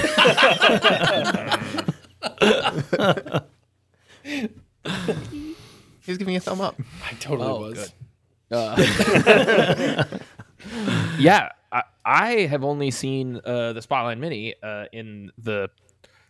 Speaker 6: he's giving you a thumb up.
Speaker 5: I totally was.
Speaker 2: yeah, I, I have only seen uh, the Spotlight Mini uh, in the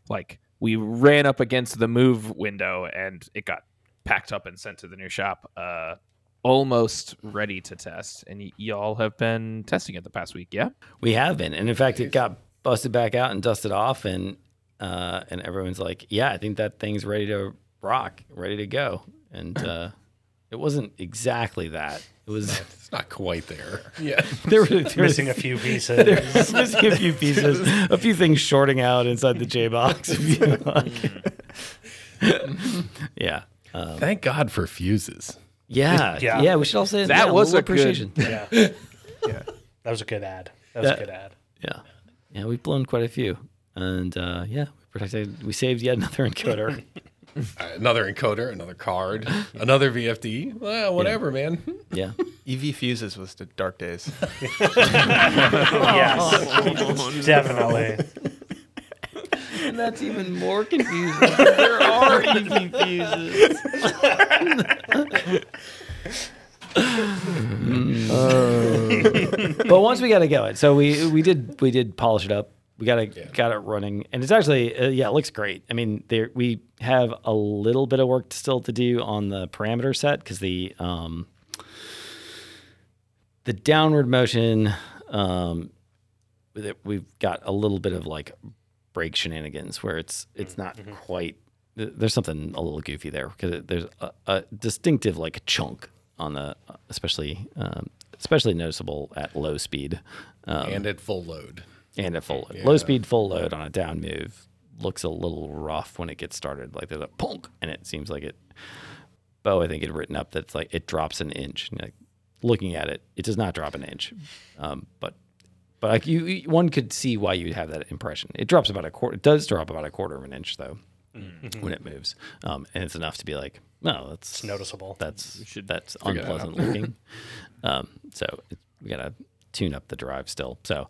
Speaker 2: like we ran up against the move window and it got packed up and sent to the new shop, uh, almost ready to test. And y- y'all have been testing it the past week, yeah?
Speaker 4: We have been, and in fact, it got busted back out and dusted off, and uh, and everyone's like, "Yeah, I think that thing's ready to rock, ready to go." And uh, it wasn't exactly that. It was
Speaker 5: It's not quite there. Yeah.
Speaker 4: there were there was-
Speaker 3: missing a few pieces.
Speaker 4: was missing a few pieces, a few things shorting out inside the J box. if you like. yeah. Um,
Speaker 5: Thank God for fuses.
Speaker 4: yeah, yeah,
Speaker 3: Yeah.
Speaker 4: We should all say
Speaker 2: That
Speaker 4: yeah,
Speaker 2: was
Speaker 4: little
Speaker 2: a good-
Speaker 4: appreciation.
Speaker 3: yeah,
Speaker 6: Yeah.
Speaker 3: that was a good ad. That was
Speaker 4: That-
Speaker 3: a good ad.
Speaker 4: Yeah. Yeah, we've blown quite a few. And uh, yeah, we protected we saved yet another encoder.
Speaker 5: Uh, another encoder, another card, another VFD. Well, whatever, man.
Speaker 4: yeah.
Speaker 6: EV E fuses was the dark days.
Speaker 3: Yes, definitely.
Speaker 4: And that's even more confusing. there are EV fuses. but once we got it going, so we we did we did polish it up. We got it got it running, and it's actually uh, yeah, it looks great. I mean, there we have a little bit of work still to do on the parameter set because the um, the downward motion um, that we've got a little bit of like break shenanigans where it's it's not quite th- there's something a little goofy there because there's a, a distinctive like chunk on the especially um, especially noticeable at low speed um,
Speaker 5: And at full load.
Speaker 4: and at full load. Low speed full load on a down move looks a little rough when it gets started. Like there's a punk, and it seems like it. Bo, I think had written up that's like it drops an inch. And, like, looking at it, it does not drop an inch, um, but but like you, you- one could see why you'd have that impression. It drops about a quarter. It does drop about a quarter of an inch though when it moves, um, and it's enough to be like, no, that's
Speaker 3: It's noticeable.
Speaker 4: that's that's unpleasant looking. um, so it, we gotta tune up the drive still. So,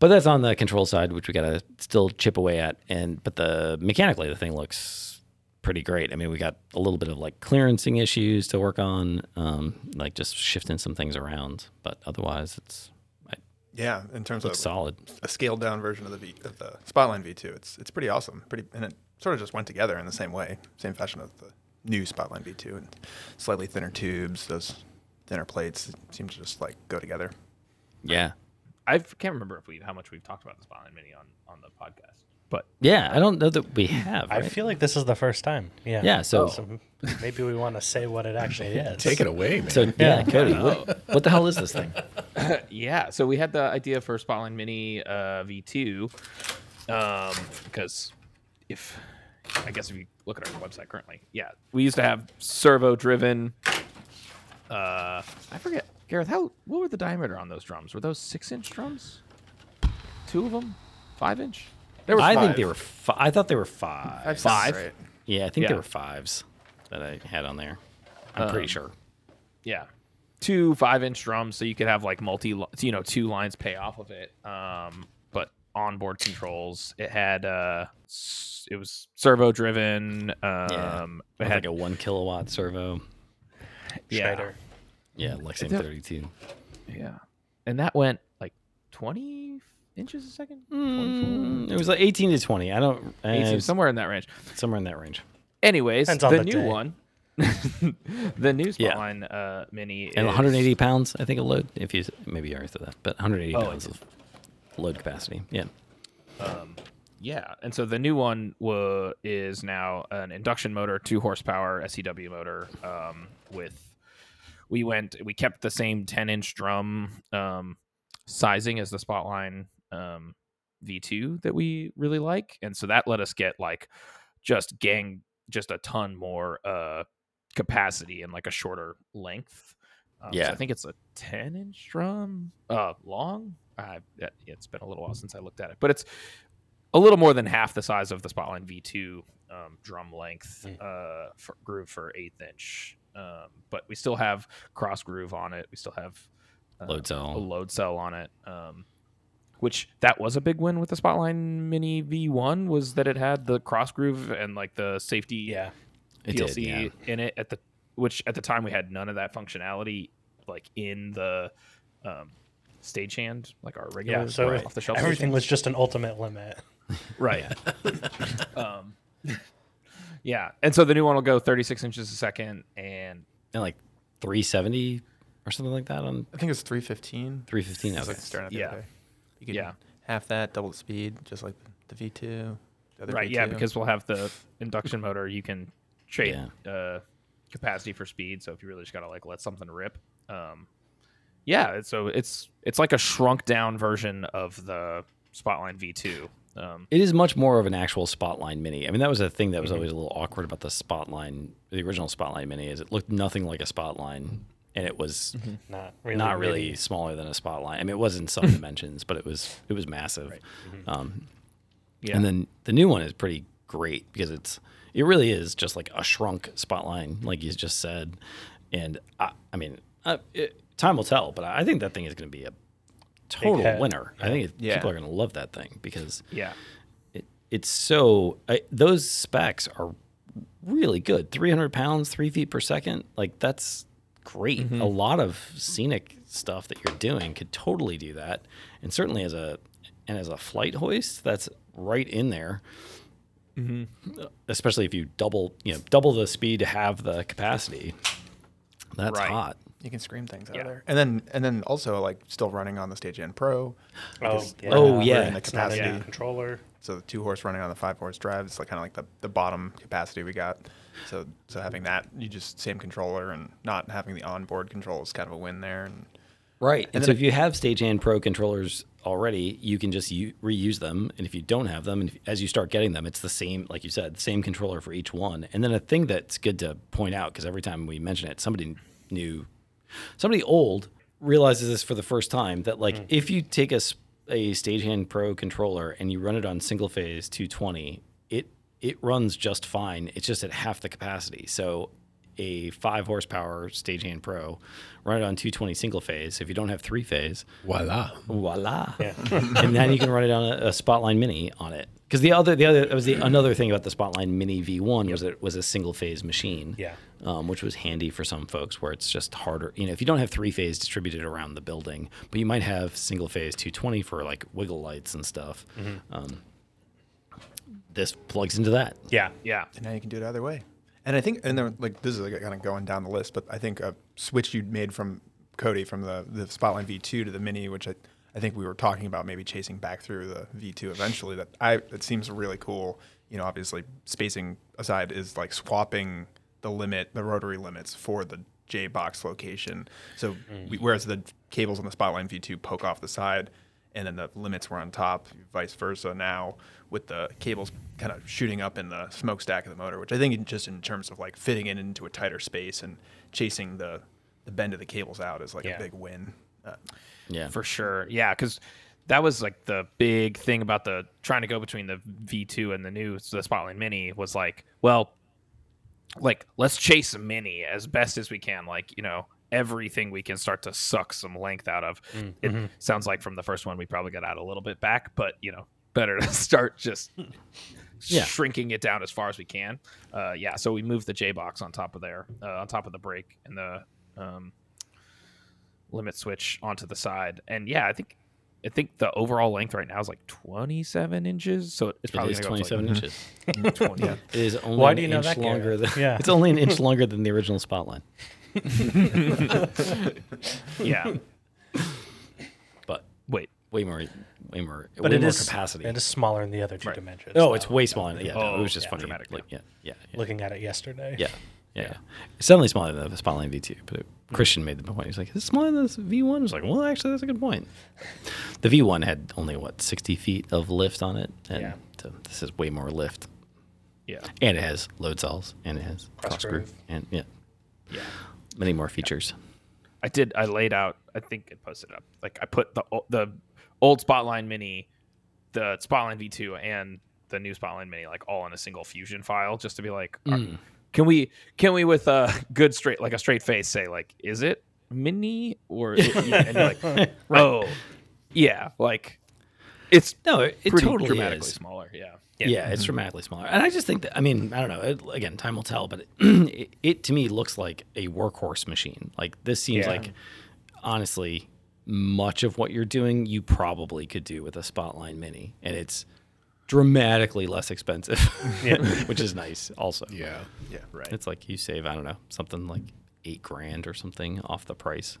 Speaker 4: but that's on the control side, which we gotta still chip away at. And but the mechanically, the thing looks pretty great. I mean, we got a little bit of like clearancing issues to work on, um, like just shifting some things around. But otherwise, it's it
Speaker 6: Yeah, in terms of
Speaker 4: looks solid.
Speaker 6: a scaled down version of the V of the Spotline V2, it's it's pretty awesome. Pretty and it sort of just went together in the same way, same fashion as the new Spotline V2 and slightly thinner tubes, those thinner plates seem to just like go together.
Speaker 4: Yeah,
Speaker 2: I can't remember if we how much we've talked about the Spotlight Mini on on the podcast, but
Speaker 4: yeah. I don't know that we have.
Speaker 3: I
Speaker 4: right?
Speaker 3: feel like this is the first time. Yeah.
Speaker 4: Yeah, so-
Speaker 2: Oh.
Speaker 3: maybe we want to say what it actually is.
Speaker 5: Take it away, man.
Speaker 4: so yeah, Cody, what, what the hell is this thing?
Speaker 2: Yeah, so we had the idea for Spotlight Mini uh, V2 um, because if I guess if you look at our website currently, yeah, we used to have servo driven. Uh, I forget, Gareth, how what were the diameter on those drums? Were those six inch drums? Two of them, five inch. There was
Speaker 4: I
Speaker 2: five.
Speaker 4: think they were. Fi- I thought they were five.
Speaker 2: Five.
Speaker 6: Right.
Speaker 4: Yeah, I think
Speaker 2: Yeah. Um,
Speaker 4: there were fives that I had on there. I'm pretty sure.
Speaker 2: yeah two five inch drums so you could have like multi you know two lines pay off of it um but onboard controls it had uh s- it was servo driven um it
Speaker 4: I
Speaker 2: had
Speaker 4: had like a one kilowatt servo.
Speaker 2: yeah,
Speaker 3: Schrader.
Speaker 4: Yeah, Lexan
Speaker 2: don't-
Speaker 4: 32.
Speaker 2: yeah and that went like 20 inches a second 24
Speaker 4: Mm, it was like 18 to 20. I don't. Uh,
Speaker 2: 18,
Speaker 4: it was
Speaker 2: somewhere in that range
Speaker 4: somewhere in that range.
Speaker 2: anyways
Speaker 3: Depends
Speaker 2: the,
Speaker 3: on the
Speaker 2: new
Speaker 3: day.
Speaker 2: one the new
Speaker 4: Yeah.
Speaker 2: spotline uh mini
Speaker 4: And
Speaker 2: is-
Speaker 4: 180 pounds, I think, a load. If you maybe you already said that, but 180
Speaker 2: Oh,
Speaker 4: pounds of load capacity. Yeah.
Speaker 2: Yeah, and so the new one wa is now an induction motor, two horsepower SCW motor. Um, with we went, we kept the same ten inch drum um, sizing as the Spotline um, V2 that we really like, and so that let us get like just gang, just a ton more uh, capacity and like a shorter length. Um, so
Speaker 4: Yeah.
Speaker 2: I think it's a 10 inch drum uh, long. Uh, yeah, it's been a little while since I looked at it, but it's a little more than half the size of the Spotline V2 um, drum length uh, for, groove for eighth inch. Um, but we still have cross groove on it. We still have uh,
Speaker 4: Load cell.
Speaker 2: a load cell on it. Um, which that was a big win with the Spotline Mini V1 was that it had the cross groove and like the safety
Speaker 3: Yeah.
Speaker 4: It
Speaker 2: DLC
Speaker 4: did, yeah.
Speaker 2: in it at the which at the time we had none of that functionality like in the um stagehand like our regular
Speaker 3: Yeah. So
Speaker 2: off the shelf
Speaker 3: everything was just an ultimate limit.
Speaker 2: right um yeah and so the new one will go 36 inches a second and
Speaker 4: and like 370 or something like that on
Speaker 6: I think it's 315.
Speaker 4: 315.
Speaker 6: It's
Speaker 4: Okay.
Speaker 6: like staring at the
Speaker 2: Yeah.
Speaker 6: other day. You could
Speaker 2: Yeah.
Speaker 6: half that, double the speed, just like the V2. The other
Speaker 2: right yeah
Speaker 6: V2.
Speaker 2: because we'll have the induction motor you can trade uh capacity for speed so if you really just gotta like let something rip um yeah it's- so it's it's like a shrunk down version of the spotline v2 um
Speaker 4: It is much more of an actual Spotline Mini. I mean, that was a thing that was always a little awkward about the Spotline, the original Spotline Mini, is it looked nothing like a Spotline, and it was
Speaker 3: Not really.
Speaker 4: not really
Speaker 3: mini.
Speaker 4: smaller than a Spotline. I mean, it was in some dimensions, but it was it was massive. Um,
Speaker 2: yeah
Speaker 4: And then the new one is pretty great because it's it really is just like a shrunk Spotline, like you just said. And I, I mean, uh, it, time will tell, but I think that thing is going to be a total
Speaker 3: hit.
Speaker 4: winner. I think it,
Speaker 6: Yeah.
Speaker 4: people are going to love that thing because
Speaker 2: yeah
Speaker 4: it, it's so I, those specs are really good 300 pounds three feet per second like that's great a lot of scenic stuff that you're doing could totally do that and certainly as a and as a flight hoist that's right in there especially if you double you know double the speed to have the capacity that's
Speaker 2: Right.
Speaker 4: hot
Speaker 6: you can scream things out
Speaker 2: Yeah.
Speaker 6: of there. And then and then also like still running on the stage N Pro.
Speaker 3: Oh,
Speaker 6: because
Speaker 3: yeah.
Speaker 4: Oh,
Speaker 6: we're
Speaker 4: yeah.
Speaker 6: in the
Speaker 4: It's
Speaker 3: It's not in
Speaker 6: capacity.
Speaker 3: the controller.
Speaker 6: So the two horse running on the five horse drive is like kind of like the, the bottom capacity we got. So so having that, you just same controller and not having the onboard control is kind of a win there. And
Speaker 4: Right. And, so if you have Stagehand Pro controllers already, you can just u- reuse them. And if you don't have them, and if, as you start getting them, it's the same, like you said, same controller for each one. And then a thing that's good to point out, because every time we mention it, somebody new, somebody old realizes this for the first time that, like, if you take a, s- a Stagehand Pro controller and you run it on single phase 220, it it runs just fine. It's just at half the capacity. So a five horsepower Stagehand Pro, run it on 220 single phase. If you don't have three phase,
Speaker 5: Voila.
Speaker 4: voila. and then you can run it on a, a Spotline Mini on it. Because the other, the other that was the another thing about the Spotline Mini V1 was that it was a single phase machine.
Speaker 3: Yeah.
Speaker 4: Um, which was handy for some folks where it's just harder. You know, if you don't have three phase distributed around the building, but you might have single phase 220 for like wiggle lights and stuff.
Speaker 3: Mm-hmm.
Speaker 4: Um, this plugs into that.
Speaker 3: Yeah.
Speaker 2: yeah
Speaker 6: and now you can do it either way. And I think, and then like this is like kind of going down the list, but I think a switch you made from Cody from the the Spotlight V2 to the Mini, which I, I think we were talking about maybe chasing back through the V2 eventually. That I it seems really cool. You know, obviously spacing aside is like swapping the limit, the rotary limits for the J box location. So we, whereas the cables on the Spotlight V2 poke off the side, and then the limits were on top, vice versa now, with the cables kind of shooting up in the smokestack of the motor, which I think in- just in terms of like fitting it into a tighter space and chasing the, the bend of the cables out is like
Speaker 3: Yeah.
Speaker 6: a big win. Uh,
Speaker 4: Yeah.
Speaker 2: for sure yeah because that was like the big thing about the trying to go between the v2 and the new the spotlight mini was like well like let's chase a mini as best as we can like you know everything we can start to suck some length out of it sounds like from the first one we probably got out a little bit back but you know better to start just
Speaker 4: Yeah.
Speaker 2: shrinking it down as far as we can uh yeah so we moved the j box on top of there uh, on top of the brake and the um limit switch onto the side. And yeah, I think I think the overall length right now is like 27 inches, so it's
Speaker 4: It
Speaker 2: probably
Speaker 4: is
Speaker 2: gonna go up to,
Speaker 4: 27
Speaker 2: like,
Speaker 4: inches.
Speaker 6: yeah.
Speaker 4: It is only
Speaker 3: Why
Speaker 4: an
Speaker 3: do you know
Speaker 4: inch
Speaker 3: that, Garrett?
Speaker 4: longer than
Speaker 3: Yeah.
Speaker 4: it's only an inch longer than the original spotline.
Speaker 2: Yeah.
Speaker 4: But
Speaker 2: Wait.
Speaker 4: way more way more
Speaker 3: But
Speaker 4: way
Speaker 3: it
Speaker 4: more
Speaker 3: is
Speaker 4: capacity.
Speaker 3: It is smaller in the other two dimensions.
Speaker 4: oh,
Speaker 3: though.
Speaker 4: it's way smaller. Yeah, no, it
Speaker 2: Oh,
Speaker 4: was just
Speaker 2: yeah,
Speaker 4: funny.
Speaker 2: dramatically.
Speaker 4: Like, yeah, yeah, yeah,
Speaker 3: Looking at it yesterday.
Speaker 4: yeah, yeah, yeah. It's definitely smaller than the Spotline V2. But it, Christian made the point. He's like, "Is it smaller than this V1?" I was like, "Well, actually, that's a good point." The V1 had only what sixty feet of lift on it, and
Speaker 3: Yeah.
Speaker 4: so this is way more lift.
Speaker 2: Yeah.
Speaker 4: And it has load cells, and it has cross
Speaker 3: Cross groove.
Speaker 4: groove, and yeah,
Speaker 2: Yeah.
Speaker 4: many more features.
Speaker 2: I did. I laid out. I think I posted up. Like I put the o- the old Spotline Mini, the Spotline V2, and the new Spotline Mini like all in a single fusion file, just to be like, are-
Speaker 3: Mm.
Speaker 2: can we can we with a good straight like a straight face say like is it mini or is it, and you're like oh yeah like it's
Speaker 4: No, it, it
Speaker 2: pretty
Speaker 4: totally
Speaker 2: dramatically
Speaker 4: is.
Speaker 2: smaller yeah
Speaker 4: Yeah, it's dramatically smaller. And I just think that I mean, I don't know. It, again, time will tell, but it, it, to me looks like a workhorse machine. Like this seems
Speaker 2: Yeah.
Speaker 4: like honestly much of what you're doing you probably could do with a Spotline Mini and it's dramatically less expensive. which is nice also.
Speaker 5: Yeah.
Speaker 6: Yeah. Right.
Speaker 4: It's like you save, I don't know, something like 8 grand or something off the price,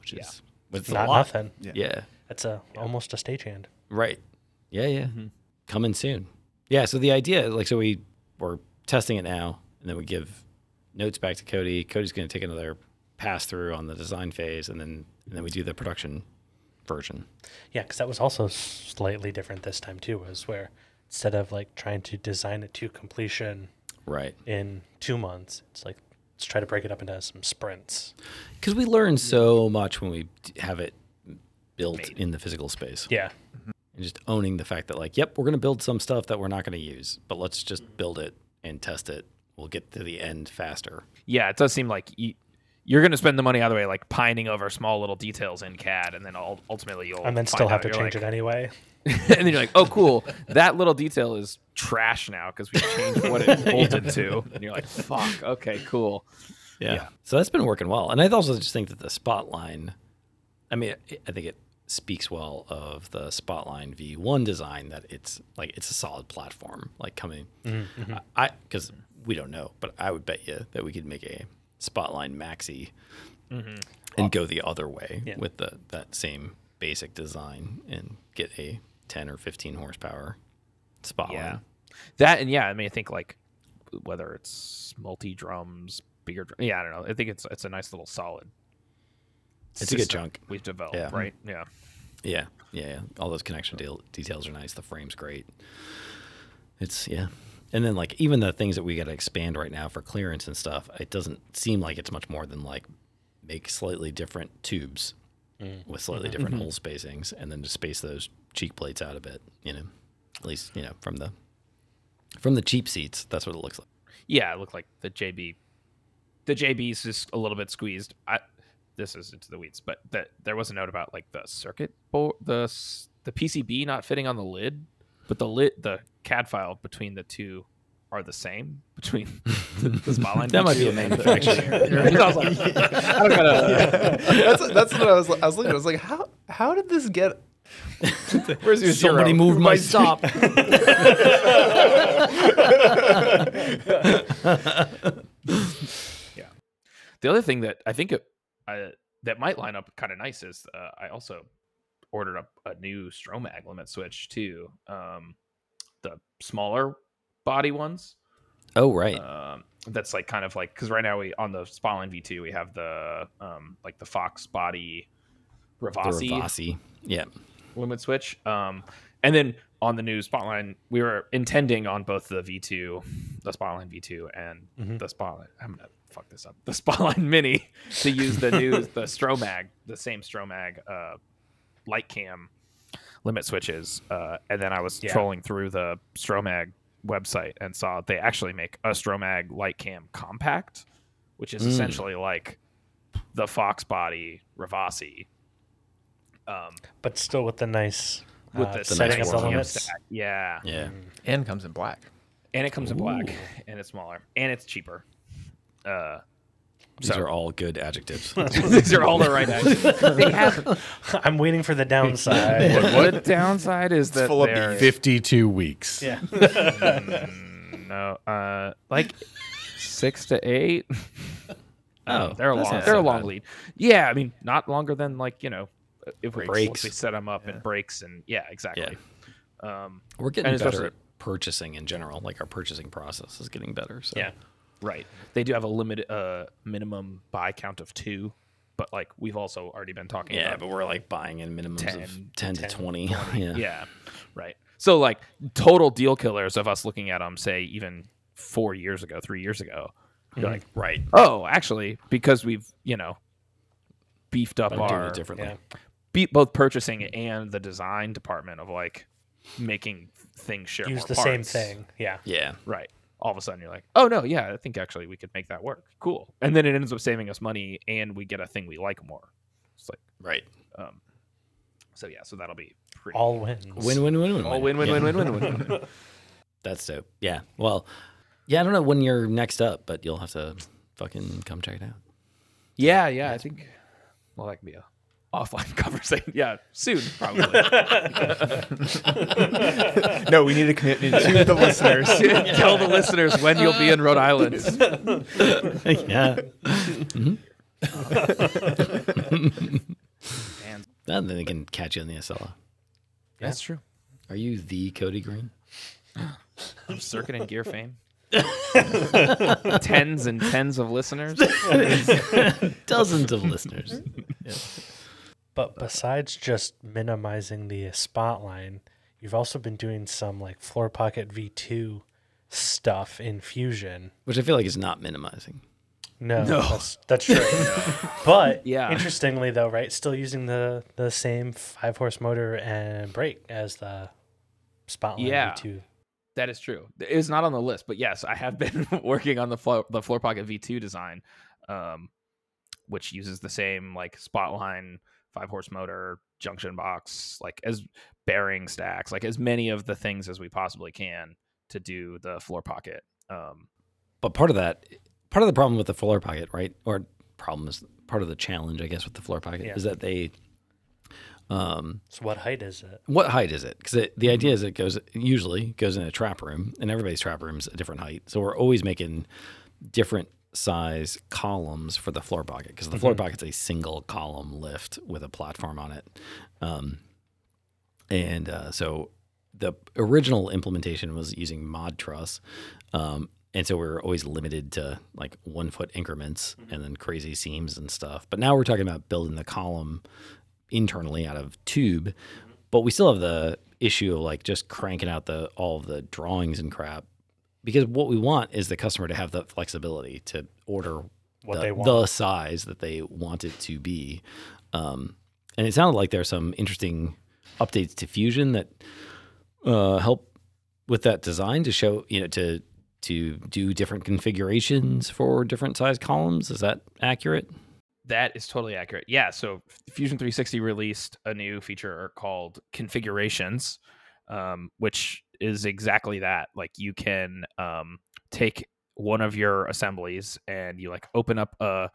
Speaker 4: which is but it's a
Speaker 3: Not
Speaker 4: lot.
Speaker 3: nothing.
Speaker 4: Yeah.
Speaker 6: Yeah.
Speaker 3: That's a almost a stagehand.
Speaker 4: Right. Yeah, yeah. Coming soon. Yeah, so the idea, like, so we we're testing it now, and then we give notes back to Cody. Cody's going to take another pass through on the design phase, and then and then we do the production version.
Speaker 3: Yeah, because that was also slightly different this time too. Was where instead of like trying to design it to completion
Speaker 4: Right.
Speaker 3: in two months, it's like let's try to break it up into some sprints.
Speaker 4: Because we learn so much when we d- have it built in the physical space,
Speaker 3: Yeah,
Speaker 4: and just owning the fact that, like, yep, we're going to build some stuff that we're not going to use, but let's just build it and test it. We'll get to the end faster.
Speaker 2: yeah it does seem like you, you're going to spend the money either way like pining over small little details in cad and then ul- ultimately you'll
Speaker 3: and then
Speaker 2: find
Speaker 3: still have
Speaker 2: out,
Speaker 3: to
Speaker 2: you're
Speaker 3: change
Speaker 2: like-
Speaker 3: it anyway.
Speaker 2: and then you're like oh cool that little detail is trash now because we changed what it bolted to and you're like fuck okay cool
Speaker 4: Yeah. So that's been working well. And I also just think that the spotline, I mean, I- I think it speaks well of the spotline V1 design that it's like it's a solid platform. Like coming, Mm-hmm. I because we don't know, but I would bet you that we could make a spotline maxi Mm-hmm. and go the other way
Speaker 3: Yeah.
Speaker 4: with the that same basic design and get a 10 or 15 horsepower spotline.
Speaker 2: Yeah. That and yeah, I mean, I think like whether it's multi drums, bigger, dr- yeah, I don't know. I think it's it's a nice little solid.
Speaker 4: It's a good
Speaker 2: system
Speaker 4: chunk.
Speaker 2: we've developed,
Speaker 4: Yeah.
Speaker 2: right? Yeah,
Speaker 4: Yeah, yeah. yeah. All those connection deal- details are nice. The frame's great. It's yeah, and then like even the things that we got to expand right now for clearance and stuff, it doesn't seem like it's much more than like make slightly different tubes with slightly different hole spacings, and then just space those cheek plates out a bit. You know, at least you know from the from the cheap seats, that's what it looks like.
Speaker 2: yeah. It looked like the JB, the JB's just a little bit squeezed. I this is into the weeds, but that there was a note about like the circuit board, the s- the PCB not fitting on the lid, but the lid, the CAD file between the two are the same between the, the spotlight.
Speaker 4: That might be a manufacturing
Speaker 2: I was like, I don't gotta.
Speaker 6: that's that's what I was. I was looking. I was like, how how did this get? Where's your
Speaker 4: Somebody
Speaker 6: zero?
Speaker 4: moved my stop.
Speaker 2: The other thing that I think it, I, that might line up kind of nice is uh, I also ordered up a new Stromag limit switch too, um, the smaller body ones.
Speaker 4: oh right,
Speaker 2: Um, that's like kind of like because right now we on the Spalin V2 we have the um, like the Fox body
Speaker 4: the
Speaker 2: Ravasi
Speaker 4: Ravasi. Yeah.
Speaker 2: limit switch. Um, and then on the new Spotline, we were intending on both the V2, the Spotline V2, and the Spotline. I'm gonna fuck this up. The Spotline Mini to use the new the Stromag, the same Stromag uh, light cam limit switches. Uh, and then I was trolling through the Stromag website and saw they actually make a Stromag light cam compact, which is essentially like the Fox body Ravasi
Speaker 3: But still with the nice
Speaker 2: with
Speaker 3: uh,
Speaker 2: the
Speaker 3: setting
Speaker 4: nice
Speaker 3: up the
Speaker 4: cam
Speaker 3: limits.
Speaker 2: stack. Yeah.
Speaker 4: Yeah.
Speaker 6: And comes in black.
Speaker 2: and it comes in black and it's smaller and it's cheaper uh
Speaker 4: These
Speaker 2: So-
Speaker 4: are all good adjectives.
Speaker 2: these are all the right ideas they have
Speaker 3: I'm waiting for the downside.
Speaker 2: the downside is that
Speaker 6: full of
Speaker 2: they're-
Speaker 5: 52 weeks. Yeah.
Speaker 2: no uh like six to eight
Speaker 4: Oh,
Speaker 2: Uh, they're a
Speaker 4: that's
Speaker 2: long
Speaker 4: not
Speaker 2: they're
Speaker 4: so
Speaker 2: a long
Speaker 4: bad.
Speaker 2: lead yeah i mean not longer than like you know if we
Speaker 4: Breaks.
Speaker 2: we set them up and breaks and yeah exactly um
Speaker 4: We're getting
Speaker 2: And
Speaker 4: better
Speaker 2: especially-
Speaker 4: at purchasing in general. Like our purchasing process is getting better. So
Speaker 3: yeah,
Speaker 2: Right. They do have a limit uh minimum buy count of two, but like we've also already been talking
Speaker 4: yeah,
Speaker 2: about
Speaker 4: but we're like buying in minimums of
Speaker 2: 10,
Speaker 4: 10, to 20. Yeah.
Speaker 2: Yeah. Right. So like total deal killers of us looking at them, say even four Mm-hmm. years ago, three years ago, you're like,
Speaker 4: Right.
Speaker 2: oh, actually, because we've you know beefed up
Speaker 4: I'm doing
Speaker 2: our
Speaker 4: it differently.
Speaker 3: yeah.
Speaker 2: beat both purchasing and the design department of like making things share
Speaker 3: Use
Speaker 2: more
Speaker 3: the same
Speaker 2: parts.
Speaker 3: thing. Yeah.
Speaker 4: Yeah.
Speaker 2: right all of a sudden you're like oh no yeah i think actually we could make that work cool and then it ends up saving us money and we get a thing we like more it's like
Speaker 4: Right.
Speaker 2: um so yeah so that'll be pretty
Speaker 3: All wins.
Speaker 4: Win, win, win, win.
Speaker 2: all win win
Speaker 4: Yeah.
Speaker 2: win win win win win
Speaker 4: That's dope. Yeah. Well, yeah, I don't know when you're next up, but you'll have to fucking come check it out.
Speaker 2: yeah yeah i think well that can be a offline conversation yeah soon probably
Speaker 6: no, we need a commitment to the listeners.
Speaker 2: tell the listeners when you'll be in rhode island
Speaker 4: yeah. then Mm-hmm. they can catch you in the SLA.
Speaker 2: that's true
Speaker 4: Are you the Cody Green?
Speaker 2: circuit and gear fame tens and tens of listeners
Speaker 4: Dozens of listeners.
Speaker 3: But besides just minimizing the spotline, you've also been doing some like floor pocket V2 stuff in Fusion.
Speaker 4: Which I feel like is not minimizing.
Speaker 3: No, that's, that's true. But
Speaker 2: Yeah.
Speaker 3: interestingly though, right? Still using the the same five horse motor and brake as the spotline
Speaker 2: Yeah.
Speaker 3: V2.
Speaker 2: That is true. It was not on the list, but yes, I have been working on the floor, the floor pocket V2 design, um, which uses the same like spotline, five horse motor, junction box, like as bearing stacks, like as many of the things as we possibly can to do the floor pocket. Um,
Speaker 4: But part of that, part of the problem with the floor pocket, right? Or problem is part of the challenge, I guess, with the floor pocket
Speaker 3: Yeah.
Speaker 4: is that they, um,
Speaker 3: So what height is it?
Speaker 4: what height is it? Because the idea is it goes usually goes in a trap room, and everybody's trap room's a different height. So we're always making different size columns for the floor pocket because the floor pocket's a single column lift with a platform on it. Um, and uh, so the original implementation was using mod truss. Um, and so we were always limited to like one foot increments and then crazy seams and stuff. But now we're talking about building the column internally out of tube, but we still have the issue of like just cranking out the all of the drawings and crap because what we want is the customer to have the flexibility to order
Speaker 3: What
Speaker 4: the,
Speaker 3: they want.
Speaker 4: the size that they want it to be. Um, and it sounded like there's some interesting updates to Fusion that uh, help with that design to show you know to to do different configurations for different size columns. Is that accurate?
Speaker 2: that is totally accurate. Yeah. So Fusion 360 released a new feature called configurations, um, which is exactly that. Like you can um, take one of your assemblies and you like open up a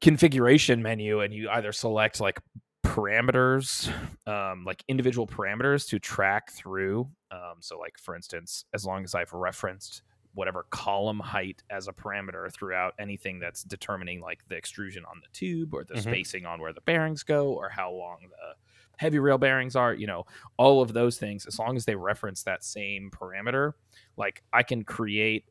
Speaker 2: configuration menu and you either select like parameters, um, like individual parameters to track through. Um, so, like for instance, as long as I've referenced whatever column height as a parameter throughout anything that's determining like the extrusion on the tube or the
Speaker 3: Mhm.
Speaker 2: spacing on where the bearings go or how long the heavy rail bearings are, you know, all of those things, as long as they reference that same parameter, like I can create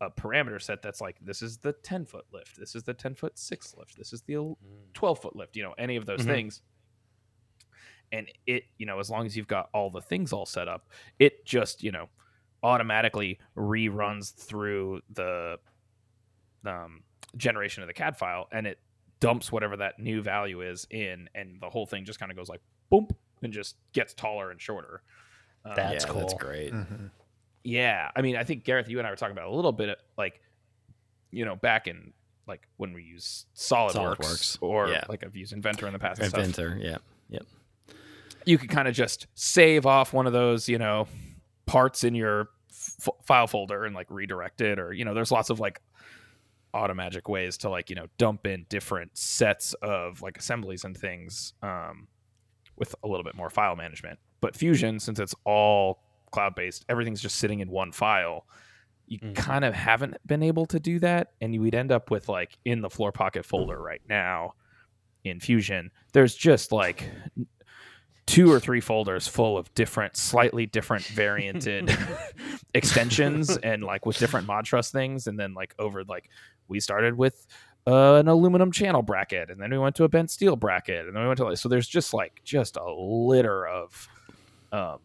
Speaker 2: a parameter set that's like this is the 10 foot lift, this is the 10 foot 6 lift, this is the 12 foot lift, you know, any of those
Speaker 3: Mhm.
Speaker 2: things. And it, you know, as long as you've got all the things all set up, it just, you know, automatically reruns through the um, generation of the CAD file and it dumps whatever that new value is in. And the whole thing just kind of goes like boom and just gets taller and shorter. Um,
Speaker 3: That's
Speaker 4: yeah,
Speaker 3: cool.
Speaker 4: That's great.
Speaker 2: yeah, I mean, I think Gareth, you and I were talking about it a little bit, like, you know, back in like when we use SolidWorks,
Speaker 4: SolidWorks,
Speaker 2: or
Speaker 4: yeah.
Speaker 2: like I've used Inventor in the past. And stuff.
Speaker 4: Inventor. Yeah. Yep.
Speaker 2: You could kind of just save off one of those, you know, parts in your f- file folder and like redirect it, or you know, there's lots of like automagic ways to like you know dump in different sets of like assemblies and things um, with a little bit more file management. But Fusion, since it's all cloud based, everything's just sitting in one file. You
Speaker 3: Mhm.
Speaker 2: kind of haven't been able to do that, and you would end up with like in the floor pocket folder right now in Fusion. There's just like two or three folders full of different, slightly different varianted extensions and like with different mod trust things, and then like over like we started with uh, an aluminum channel bracket and then we went to a bent steel bracket and then we went to like so there's just like just a litter of um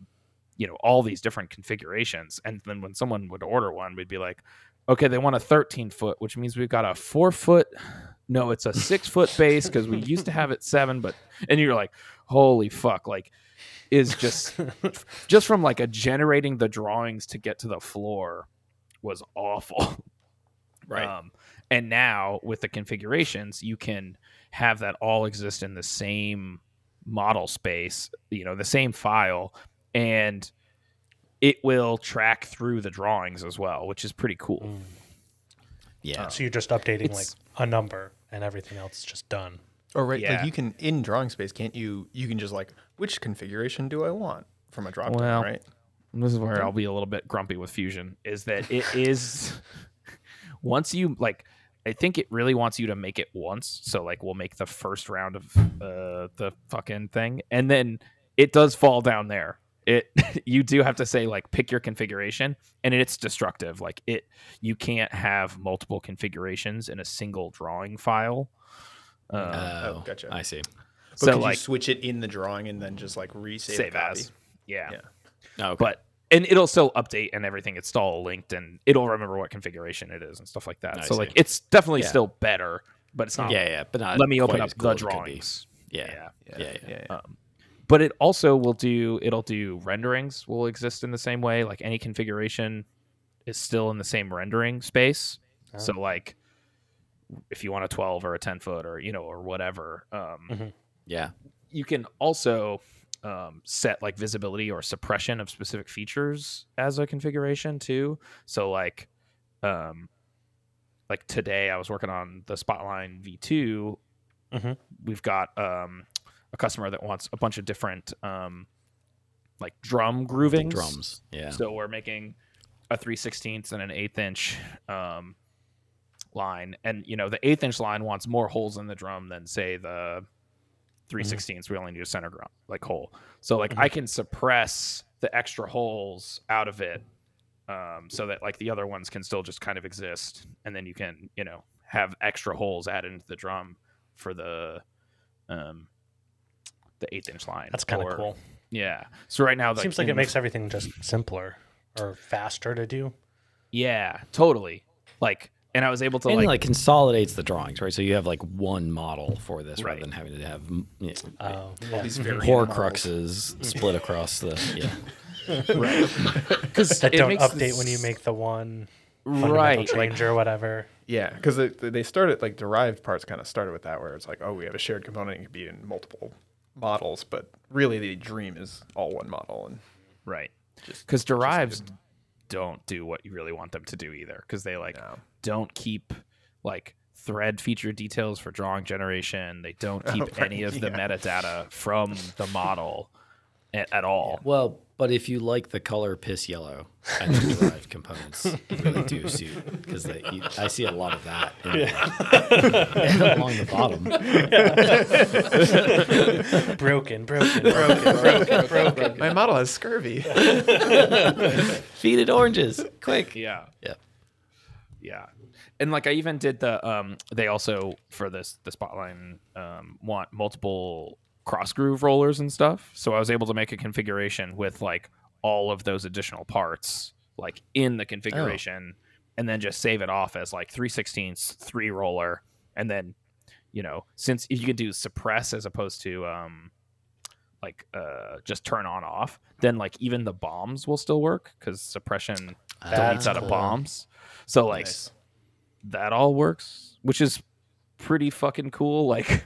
Speaker 2: you know all these different configurations and then when someone would order one we'd be like okay they want a 13 foot which means we've got a 4 foot no, it's a six foot base because we used to have it seven, but and you're like, holy fuck, like is just
Speaker 4: Mm.
Speaker 2: just from like a generating the drawings to get to the floor was awful.
Speaker 5: Right.
Speaker 2: Um, and now with the configurations, you can have that all exist in the same model space, you know, the same file, and it will track through the drawings as well, which is pretty cool.
Speaker 4: Yeah.
Speaker 3: So you're just updating like
Speaker 2: It's-
Speaker 3: a number and everything else is just done.
Speaker 6: Or right,
Speaker 2: Yeah.
Speaker 6: like you can in drawing space, can't you? You can just like which configuration do I want from a drop down,
Speaker 2: Well,
Speaker 6: right?
Speaker 2: And this is where I'll be a little bit grumpy with Fusion is that it is once you like I think it really wants you to make it once. So like we'll make the first round of uh, the fucking thing and then it does fall down there. It you do have to say like pick your configuration and it's destructive. Like it you can't have multiple configurations in a single drawing file. Uh,
Speaker 4: Oh,
Speaker 6: gotcha.
Speaker 4: I see.
Speaker 6: But
Speaker 2: so
Speaker 6: could
Speaker 2: like
Speaker 6: you switch it in the drawing and then just like resave
Speaker 2: save
Speaker 6: a copy?
Speaker 2: as. Yeah.
Speaker 6: Yeah.
Speaker 4: Oh, okay.
Speaker 2: but and it'll still update and everything. It's all linked and it'll remember what configuration it is and stuff like that.
Speaker 4: I
Speaker 2: so
Speaker 4: see.
Speaker 2: like it's definitely
Speaker 4: Yeah.
Speaker 2: still better, but it's not.
Speaker 4: yeah, yeah, but not
Speaker 2: Let me open
Speaker 4: quite
Speaker 2: up
Speaker 4: as cool
Speaker 2: the
Speaker 4: as it could be.
Speaker 2: drawings. Um,
Speaker 4: Yeah. Yeah. Yeah.
Speaker 6: yeah. yeah.
Speaker 2: But it also will do. It'll do renderings. Will exist in the same way. Like any configuration is still in the same rendering space. So like if you want a 12 or a 10 foot or you know or whatever um
Speaker 4: Mm-hmm. Yeah.
Speaker 2: you can also um, set like visibility or suppression of specific features as a configuration too. So like, um, like today I was working on the Spotline V2.
Speaker 3: Mhm.
Speaker 2: We've got um, a customer that wants a bunch of different um, like drum groovings.
Speaker 4: Drums. Yeah.
Speaker 2: So we're making a 3 16th and an eighth inch um, line. And, you know, the eighth inch line wants more holes in the drum than, say, the 3
Speaker 3: Mm-hmm.
Speaker 2: 16ths. We only need a center drum, like hole. So, like, I can suppress the extra holes out of it um, so that, like, the other ones can still just kind of exist. And then you can, you know, have extra holes added into the drum for the. Um, the eighth inch line.
Speaker 3: That's kind
Speaker 2: Or-
Speaker 3: of cool.
Speaker 2: Yeah. So right now,
Speaker 3: Seems like
Speaker 2: in
Speaker 3: it
Speaker 2: the
Speaker 3: makes everything just simpler or faster to do.
Speaker 2: Yeah, totally. Like, and I was able to
Speaker 4: and
Speaker 2: like,
Speaker 4: like, consolidates the drawings, right? So you have like one model for this rather
Speaker 2: Right.
Speaker 4: than having to have mm, yeah,
Speaker 3: Oh, yeah.
Speaker 6: These variant models.
Speaker 4: horcruxes split across the yeah.
Speaker 2: because
Speaker 3: that don't update when you make the one fundamental
Speaker 2: right. Like,
Speaker 3: change or whatever.
Speaker 6: Yeah, because they, they started like derived parts kind of started with that where it's like, oh, we have a shared component, it can be in multiple models, but really the dream is all one model. And
Speaker 2: right, because derives don't do what you really want them to do either, because they like
Speaker 6: No.
Speaker 2: don't keep like thread feature details for drawing generation. They don't keep any of the metadata from the model at, at all.
Speaker 4: Well, but if you like the color piss yellow, I think derived components really do suit because I see a lot of that in there. along the bottom.
Speaker 3: Broken, broken, broken.
Speaker 6: my model has scurvy.
Speaker 4: Feed it oranges, quick.
Speaker 2: Yeah.
Speaker 4: Yeah.
Speaker 2: yeah and like i even did the um they also for this the spotline um want multiple cross groove rollers and stuff so i was able to make a configuration with like all of those additional parts like in the configuration and then just save it off as like 3 16ths three roller and then you know since you could do suppress as opposed to um like uh just turn on off then like even the bombs will still work because suppression deletes
Speaker 4: That's
Speaker 2: out of
Speaker 4: cool.
Speaker 2: bombs so like that all works, which is pretty fucking cool. Like,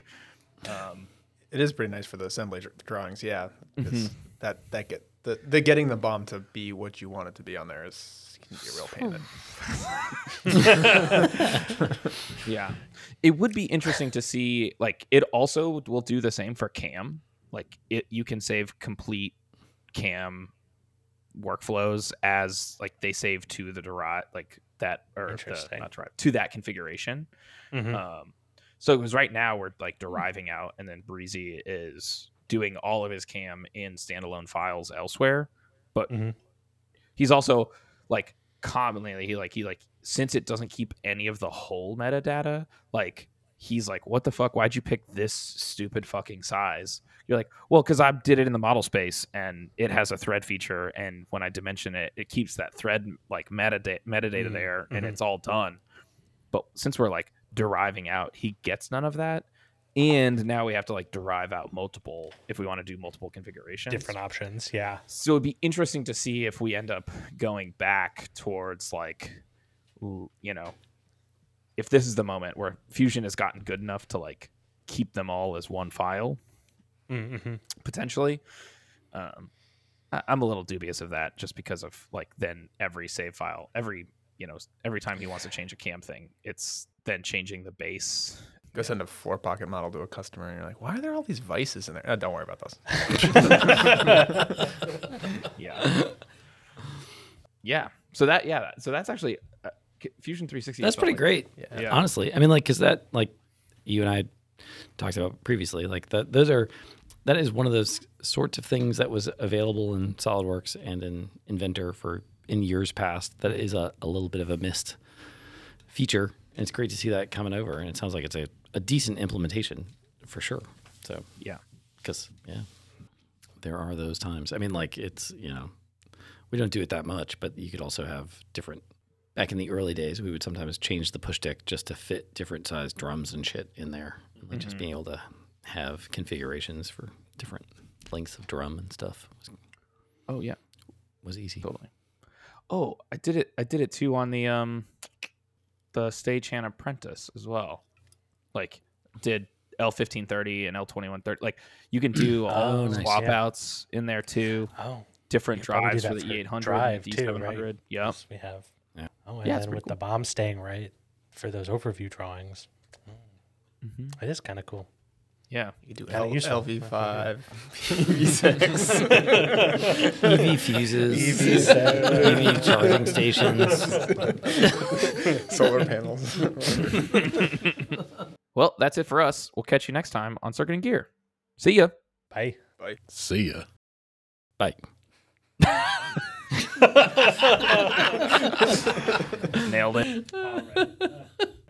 Speaker 6: It is pretty nice for the assembly dr- drawings, yeah.
Speaker 2: Mm-hmm.
Speaker 6: 'cause That that get the, the getting the bomb to be what you want it to be on there is can be a real pain. in-
Speaker 2: yeah, it would be interesting to see. Like, it also will do the same for cam. Like, it you can save complete cam workflows as like they save to the derived like that or the,
Speaker 3: Interesting.
Speaker 2: not derived to that configuration.
Speaker 3: Mhm.
Speaker 2: Um, so it was right now we're like deriving out, and then Breezy is doing all of his cam in standalone files elsewhere. But
Speaker 3: Mhm.
Speaker 2: he's also like commonly he like he like since it doesn't keep any of the whole metadata, like he's like, "What the fuck? Why'd you pick this stupid fucking size?" You're like, "Well, because I did it in the model space, and it has a thread feature, and when I dimension it, it keeps that thread like metadata metadata there, and
Speaker 3: mhm.
Speaker 2: it's all done." But since we're like deriving out. He gets none of that. And now we have to like derive out multiple if we want to do multiple configurations.
Speaker 3: different options. Yeah.
Speaker 2: So it'd be interesting to see if we end up going back towards like, l- you know, if this is the moment where Fusion has gotten good enough to like keep them all as one file,
Speaker 3: Mm-hmm.
Speaker 2: potentially. Um, I- I'm a little dubious of that just because of like then every save file, every you know, every time he wants to change a cam thing, it's then changing the base.
Speaker 6: Go send a four pocket model to a customer, and you're like, "Why are there all these vices in there?" Uh, don't worry about those.
Speaker 2: Yeah. yeah. So that yeah, that- so that's actually uh, C- Fusion 360.
Speaker 4: That's
Speaker 2: is about,
Speaker 4: pretty
Speaker 2: like,
Speaker 4: great.
Speaker 2: Yeah.
Speaker 4: Honestly, I mean, like, because that, like, you and I talked about previously, like that. Those are that is one of those sorts of things that was available in SolidWorks and in Inventor for in years past. That is a, a little bit of a missed feature, and it's great to see that coming over. And it sounds like it's a, a decent implementation for sure. So
Speaker 2: Yeah.
Speaker 4: because yeah, there are those times. I mean, like it's you know, we don't do it that much, but you could also have different. Back in the early days, we would sometimes change the push deck just to fit different sized drums and shit in there, like just being able to have configurations for different lengths of drum and stuff was,
Speaker 2: Oh yeah.
Speaker 4: was easy.
Speaker 2: Totally. Oh, I did it. I did it too on the um, the stagehand apprentice as well. Like, did L fifteen thirty and L twenty one thirty. Like, you can do all
Speaker 4: Oh, nice,
Speaker 2: swap
Speaker 3: yeah.
Speaker 2: outs in there too.
Speaker 3: Oh,
Speaker 2: Different
Speaker 3: You could probably do
Speaker 2: drives for
Speaker 3: that
Speaker 2: the
Speaker 3: for
Speaker 2: E eight hundred,
Speaker 3: drive
Speaker 2: D
Speaker 3: too, right?
Speaker 2: seven hundred. Yep.
Speaker 3: yes, we have.
Speaker 4: Yeah.
Speaker 3: Oh, and
Speaker 2: Yeah, it's
Speaker 3: then
Speaker 2: pretty
Speaker 3: with the bomb staying right for those overview drawings,
Speaker 2: Mm-hmm.
Speaker 3: it is kind of cool.
Speaker 2: Yeah.
Speaker 6: You do
Speaker 3: Kinda
Speaker 6: L-
Speaker 3: useful.
Speaker 6: LV5, EV6.
Speaker 4: EV E fuses, EV charging stations.
Speaker 6: solar panels.
Speaker 2: Well, that's it for us. We'll catch you next time on Circuit and Gear. See ya.
Speaker 3: Bye.
Speaker 5: See ya.
Speaker 4: Bye.
Speaker 2: Nailed it.